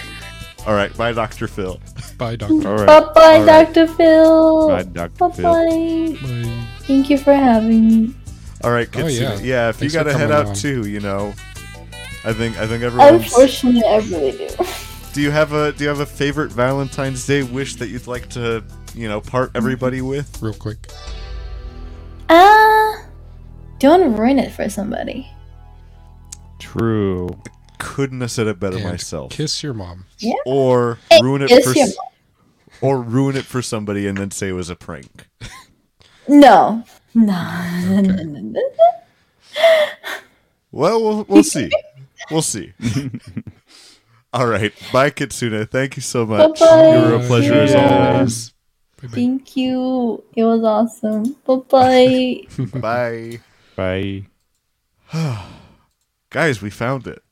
D: All right. Bye, Dr. Phil.
B: Bye, Doctor.
A: All right.
G: Bye bye,
A: All right.
G: Dr. Phil.
A: Bye, Dr.
G: Bye
A: Phil.
G: bye.
B: Bye.
G: Thank you for having me.
D: All right.
B: Oh,
D: Katsuna.
B: yeah.
D: yeah. If
B: Thanks
D: you
B: for
D: got to head
B: coming
D: out
B: on.
D: too, you know. I think I think
G: Oh,
D: everyone's.
G: Unfortunately, I really do.
D: Do you have a do you have a favorite Valentine's Day wish that you'd like to, you know, part
B: Mm-hmm.
D: everybody with?
B: Real quick.
G: Ah, don't ruin it for somebody.
A: True.
D: couldn't have said it better
B: And
D: myself.
B: Kiss your mom.
D: or
G: Hey,
D: ruin it
G: kiss
D: for
G: your
D: s- or ruin it for somebody and then say it was a prank.
G: No. (laughs) No. no, no, no, no.
D: Well, we'll, we'll see. We'll see.
B: (laughs)
D: All right. Bye, Kitsune. Thank you so much.
G: Bye-bye.
D: You were a pleasure as
A: Yeah.
D: always.
B: Bye-bye.
G: Thank you. It was awesome. Bye bye.
D: Bye.
A: Bye.
D: Guys, we found it.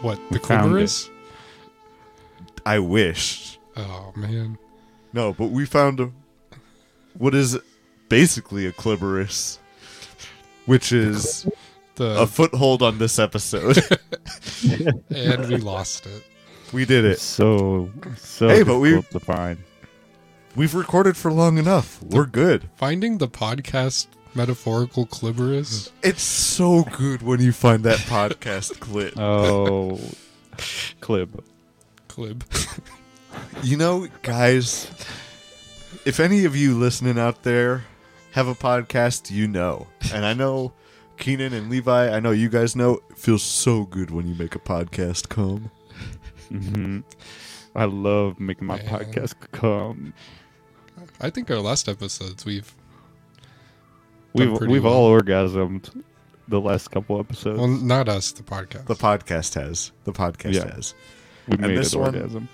B: What, the
A: found
B: clitoris?
D: I wish.
B: Oh, man.
D: No, but we found a, what is basically a clitoris, which is a
B: The,
D: (laughs) foothold on this episode.
B: and we lost it.
D: we did it.
A: So so
D: Hey, but we-
A: difficult to find.
D: We've recorded for long enough. We're good.
B: Finding the podcast metaphorical
D: (laughs)
B: clitoris.
D: It's so good when you find that podcast clip.
A: Oh, (laughs) clip.
B: Clib.
D: You know, guys, if any of you listening out there have a podcast, you know. And I know Keenan and Levi, I know you guys know. It feels so good when you make a podcast come.
A: hmm I love making my
B: Man.
A: podcast come.
B: I think our last episodes we've.
A: We've
B: pretty
A: we've
B: well.
A: all orgasmed the last couple episodes.
B: Well, not us, the podcast.
D: The podcast has. The podcast
A: Yeah.
D: has.
A: we
D: and
A: made
D: this
A: it
D: one-
A: orgasm.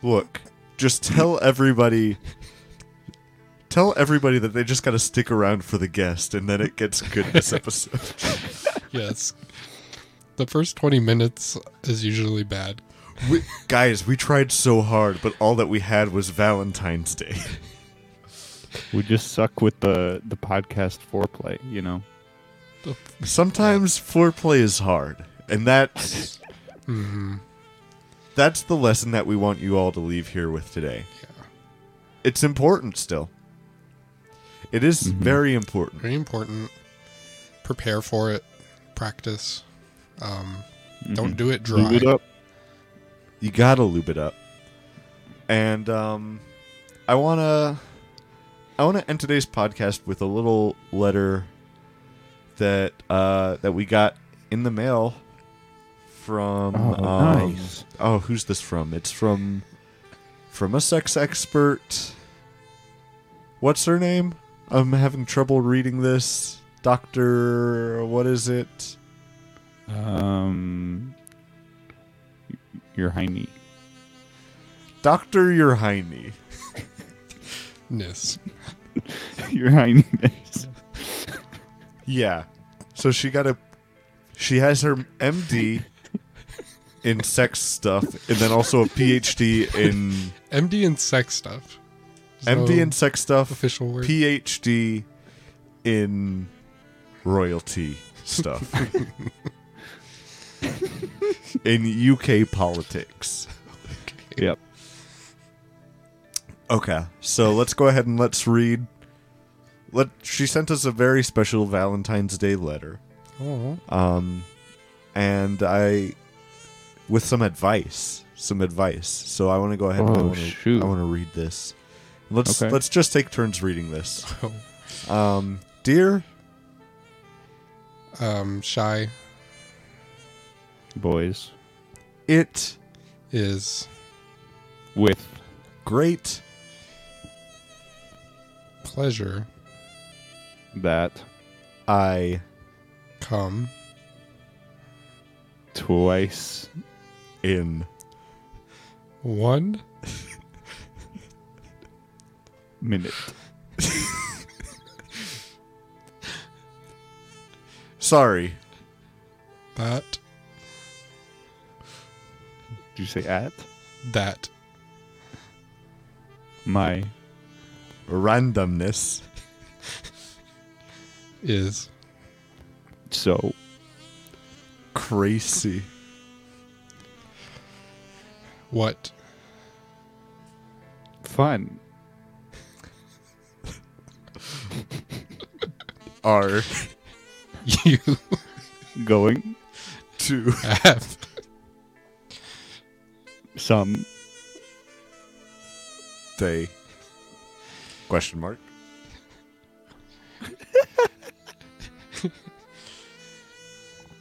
D: Look, just tell everybody. Tell everybody that they just got to stick around for the guest, and then it gets good this episode.
B: yes. The first 20 minutes is usually bad.
D: We, guys, we tried so hard, but all that we had was Valentine's Day.
A: We just suck with the the podcast foreplay. You know.
D: Sometimes foreplay is hard, and that's that's the lesson that we want you all to leave here with today. It's important still. It is very important.
B: Very important. prepare for it, practice. Um, Don't
A: Mhm.
B: do it dry.
A: Lube it up.
D: You gotta lube it up. And um, I wanna, I wanna end today's podcast with a little letter that uh, that we got in the mail from.
A: Oh,
D: um,
A: nice.
D: Oh, who's this from? It's from, from a sex expert. What's her name? I'm having trouble reading this. Doctor, what is it?
A: Um, your high knee.
D: Doctor Yerhiny.
B: Ness.
A: (laughs) your high knee.
D: Yeah. So she got a she has her
B: (laughs)
D: MD in sex stuff and then also a PhD in
B: (laughs) MD and sex stuff. There's
D: MD
B: no
D: in sex stuff,
B: official word.
D: PhD in royalty
B: (laughs)
D: stuff. in UK politics.
A: Yep.
D: Okay. So let's go ahead and let's read let she sent us a very special Valentine's Day letter.
B: Oh,
D: um, and I with some advice, some advice. So I want to go ahead. and I
A: Oh,
D: wanna-
A: shoot.
D: I want to read this. Let's
A: Okay.
D: let's just take turns reading this.
B: Oh.
D: Um, dear
B: um, shy
A: Boys
D: it
B: is
A: with
D: great
B: pleasure.
A: that
D: I
B: Come
A: twice
D: in
B: one
A: minute.
D: sorry
B: that
A: Did you say at
B: that
A: my
D: randomness
B: is
A: so
D: crazy
B: what (laughs)
A: fun
D: are (laughs)
B: you
A: going
D: to
B: have
A: some
D: they question mark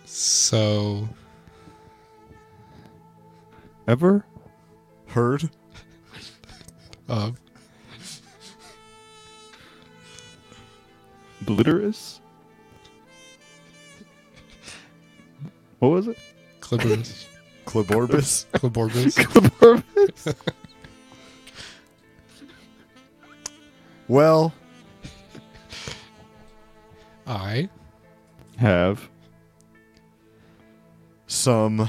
B: so
A: ever
D: heard
B: of
A: blitterous. What was it? (laughs)
B: clitoris,
D: cliborbis
B: clitoris,
A: Clitoris?
D: well
B: I
A: Have
D: some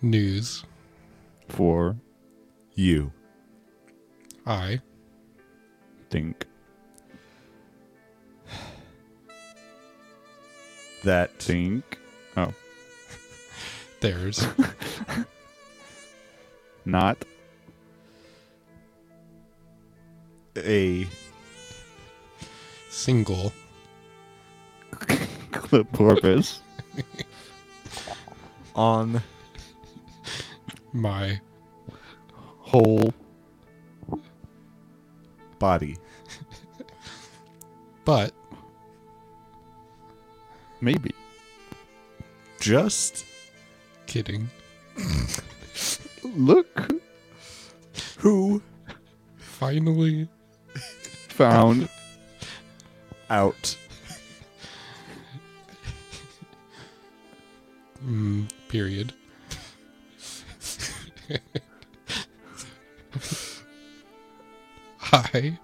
B: news,
A: for
D: you
B: I
A: think
D: that
A: think oh
B: theirs
A: not (laughs)
D: a
B: single
A: clitoris
D: on
B: my
A: whole
D: body
B: but
A: maybe
D: just
B: kidding
A: look
D: who
B: finally
A: found
D: out
B: mm, period (laughs) I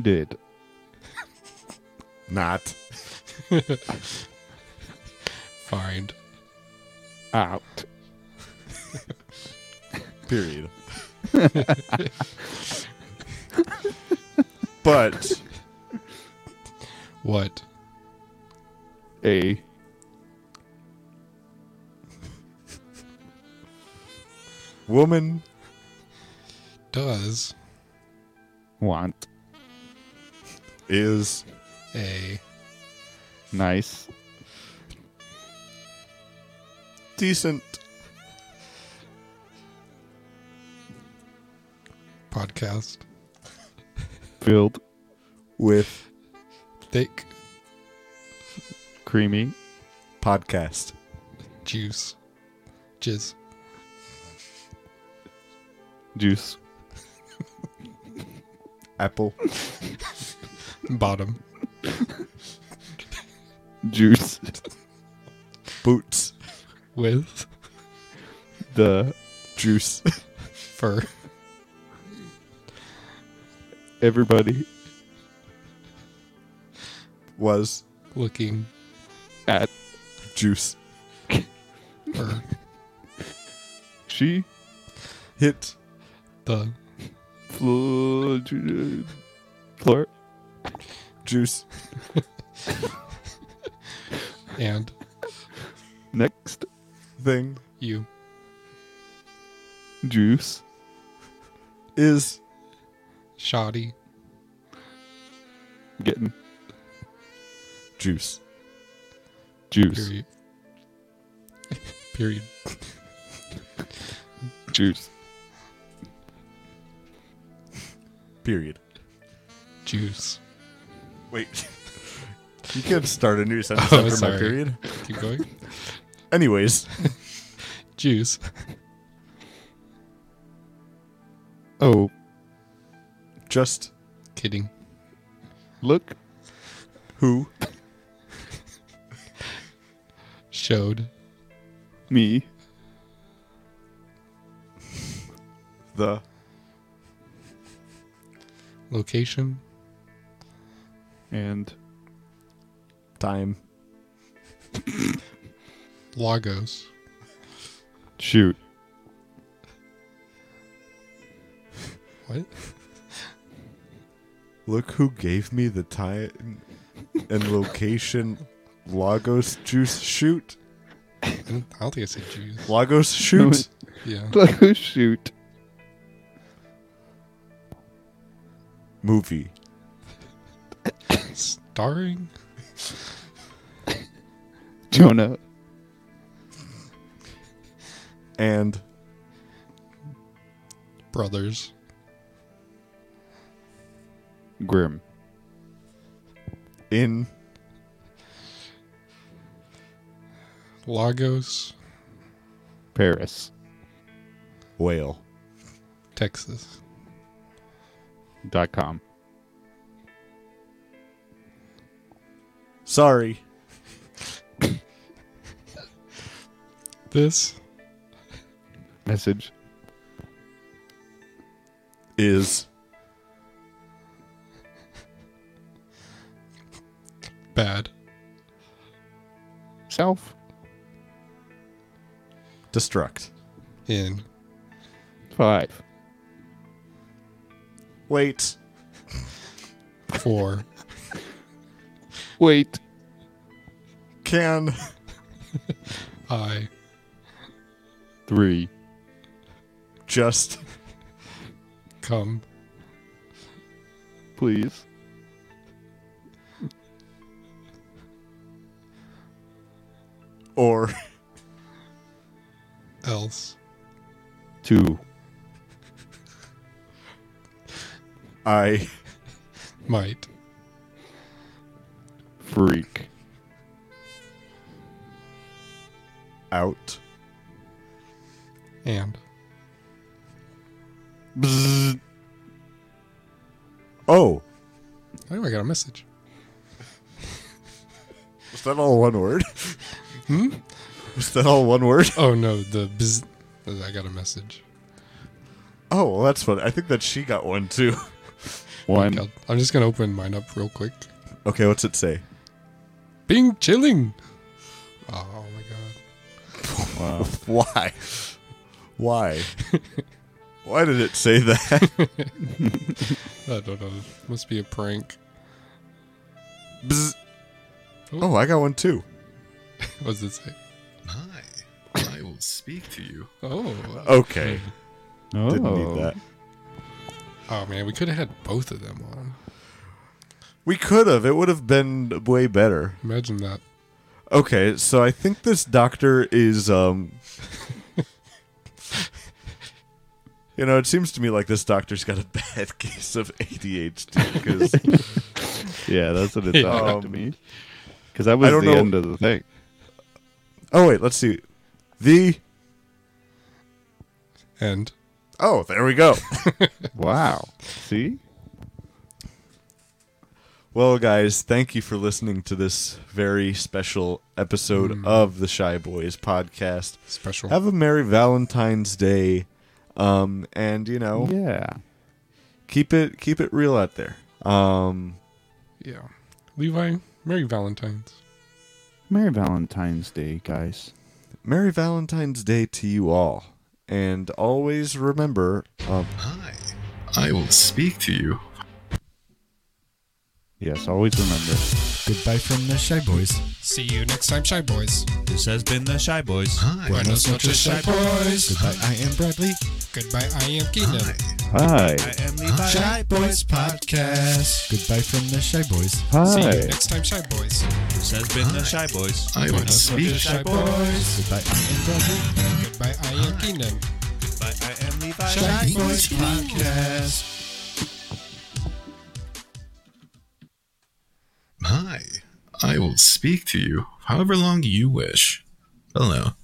A: did
D: not
B: find
A: out
B: (laughs)
D: period but
B: what
A: a
D: woman
B: does
A: want
D: is
B: Hey.
A: Nice.
D: decent.
B: Podcast.
A: Filled.
D: with
B: Thick
A: Creamy.
D: podcast.
B: juice. Jizz.
A: Juice.
D: Apple.
B: Bottom.
A: Juice. (laughs)
D: Boots.
B: With
A: The
D: Juice.
B: fur.
A: everybody
D: Was.
B: Looking
A: at
D: Juice.
B: for
A: she
D: Hit.
B: the
A: floor. floor.
D: Juice.
B: and
A: Next.
D: Thing.
B: you
A: Juice.
D: Is.
B: shoddy
A: Getting
D: Juice.
A: juice.
B: period. period.
A: Juice.
D: Period.
B: Juice.
D: Wait. You can start a new sentence
B: (laughs) Oh,
D: after my
B: sorry.
D: period.
B: Keep going.
D: Anyways,
B: Juice.
A: Oh,
D: just
B: Kidding.
A: look.
D: who
B: Showed
A: Me.
D: the
B: location
A: And
D: time
B: Lagos
A: shoot.
B: What?
D: Look who gave me the time and location. Lagos juice shoot.
B: I don't I don't think I said juice.
D: Lagos shoot.
B: Yeah.
A: Look, shoot.
D: Movie.
B: Starring
A: Jonah.
D: And
B: brothers
A: Grim.
D: in
B: Lagos,
A: Paris.
D: whale.
B: Texas.
A: Dot com.
D: Sorry.
B: This
A: Message.
D: Is
B: bad
A: Self.
D: destruct.
B: in
A: Five.
D: Wait.
B: for
A: Wait.
D: Can
B: I
A: Three.
D: just
B: come
A: Please.
D: or
B: else
A: Two.
D: I
B: might
A: Freak.
D: out
B: and
A: Bzzz.
D: Oh,
B: oh I got a message.
D: was that all one word? (laughs) Hmm? Was that all one word?
B: Oh no, the bzz, I got a message.
D: Oh, well, that's what I think that she got one too. (laughs)
A: One.
B: God, I'm just gonna open mine up real quick.
D: Okay, what's it say?
B: Bing chilling. Oh, my god.
D: (laughs) Why? Why? (laughs) Why did it say that?
B: I don't know. Must be a prank.
D: (laughs) Bzz. Oh, I got one too.
B: What's it say?
C: Hi. I will speak to you.
B: Oh.
D: (laughs) Okay.
A: Oh.
D: Didn't need that.
B: Oh man, we could have had both of them on.
D: We could have. It would have been way better.
H: Imagine that.
D: Okay, so I think this doctor is um (laughs) You know, it seems to me like this doctor's got a (laughs) bad case of ADHD because
A: Yeah, that's what it sounded like to
D: Um,
A: me. Because that was
D: don't
A: the
D: know-
A: end of the thing.
D: Oh wait, let's see. The
H: And
D: Oh, there we go.
A: Wow. See?
D: Well, guys, thank you for listening to this very special episode of the Shy Boys podcast.
H: special.
D: Have a Merry Valentine's Day. Um, and you know,
A: Yeah.
D: keep it keep it real out there. Um,
H: yeah. Levi, Merry Valentine's.
A: Merry Valentine's Day, guys.
D: Merry Valentine's Day to you all. And always remember, um,
C: Hi. I will speak to you.
A: Yes, always remember.
I: Goodbye from the Shy Boys.
H: See you next time, Shy Boys.
I: This has been the Shy Boys.
C: Hi.
H: Buenas noches, Shy Boys.
I: Goodbye. I am Bradley.
H: Goodbye, I am Keenan.
C: Hi.
A: Hi.
I: I am Levi.
C: Shy
I: Boys Podcast. Goodbye from the Shy Boys.
A: Hi.
H: time, Shy Boys.
I: This has been the Shy Boys.
C: I will speak to you.
I: Boys. Goodbye. I am Bradley.
H: Goodbye, I am Keenan.
I: Goodbye. I am Levi.
H: Shy
I: Boys Podcast.
C: Hi. I will speak to you however long you wish. Hello.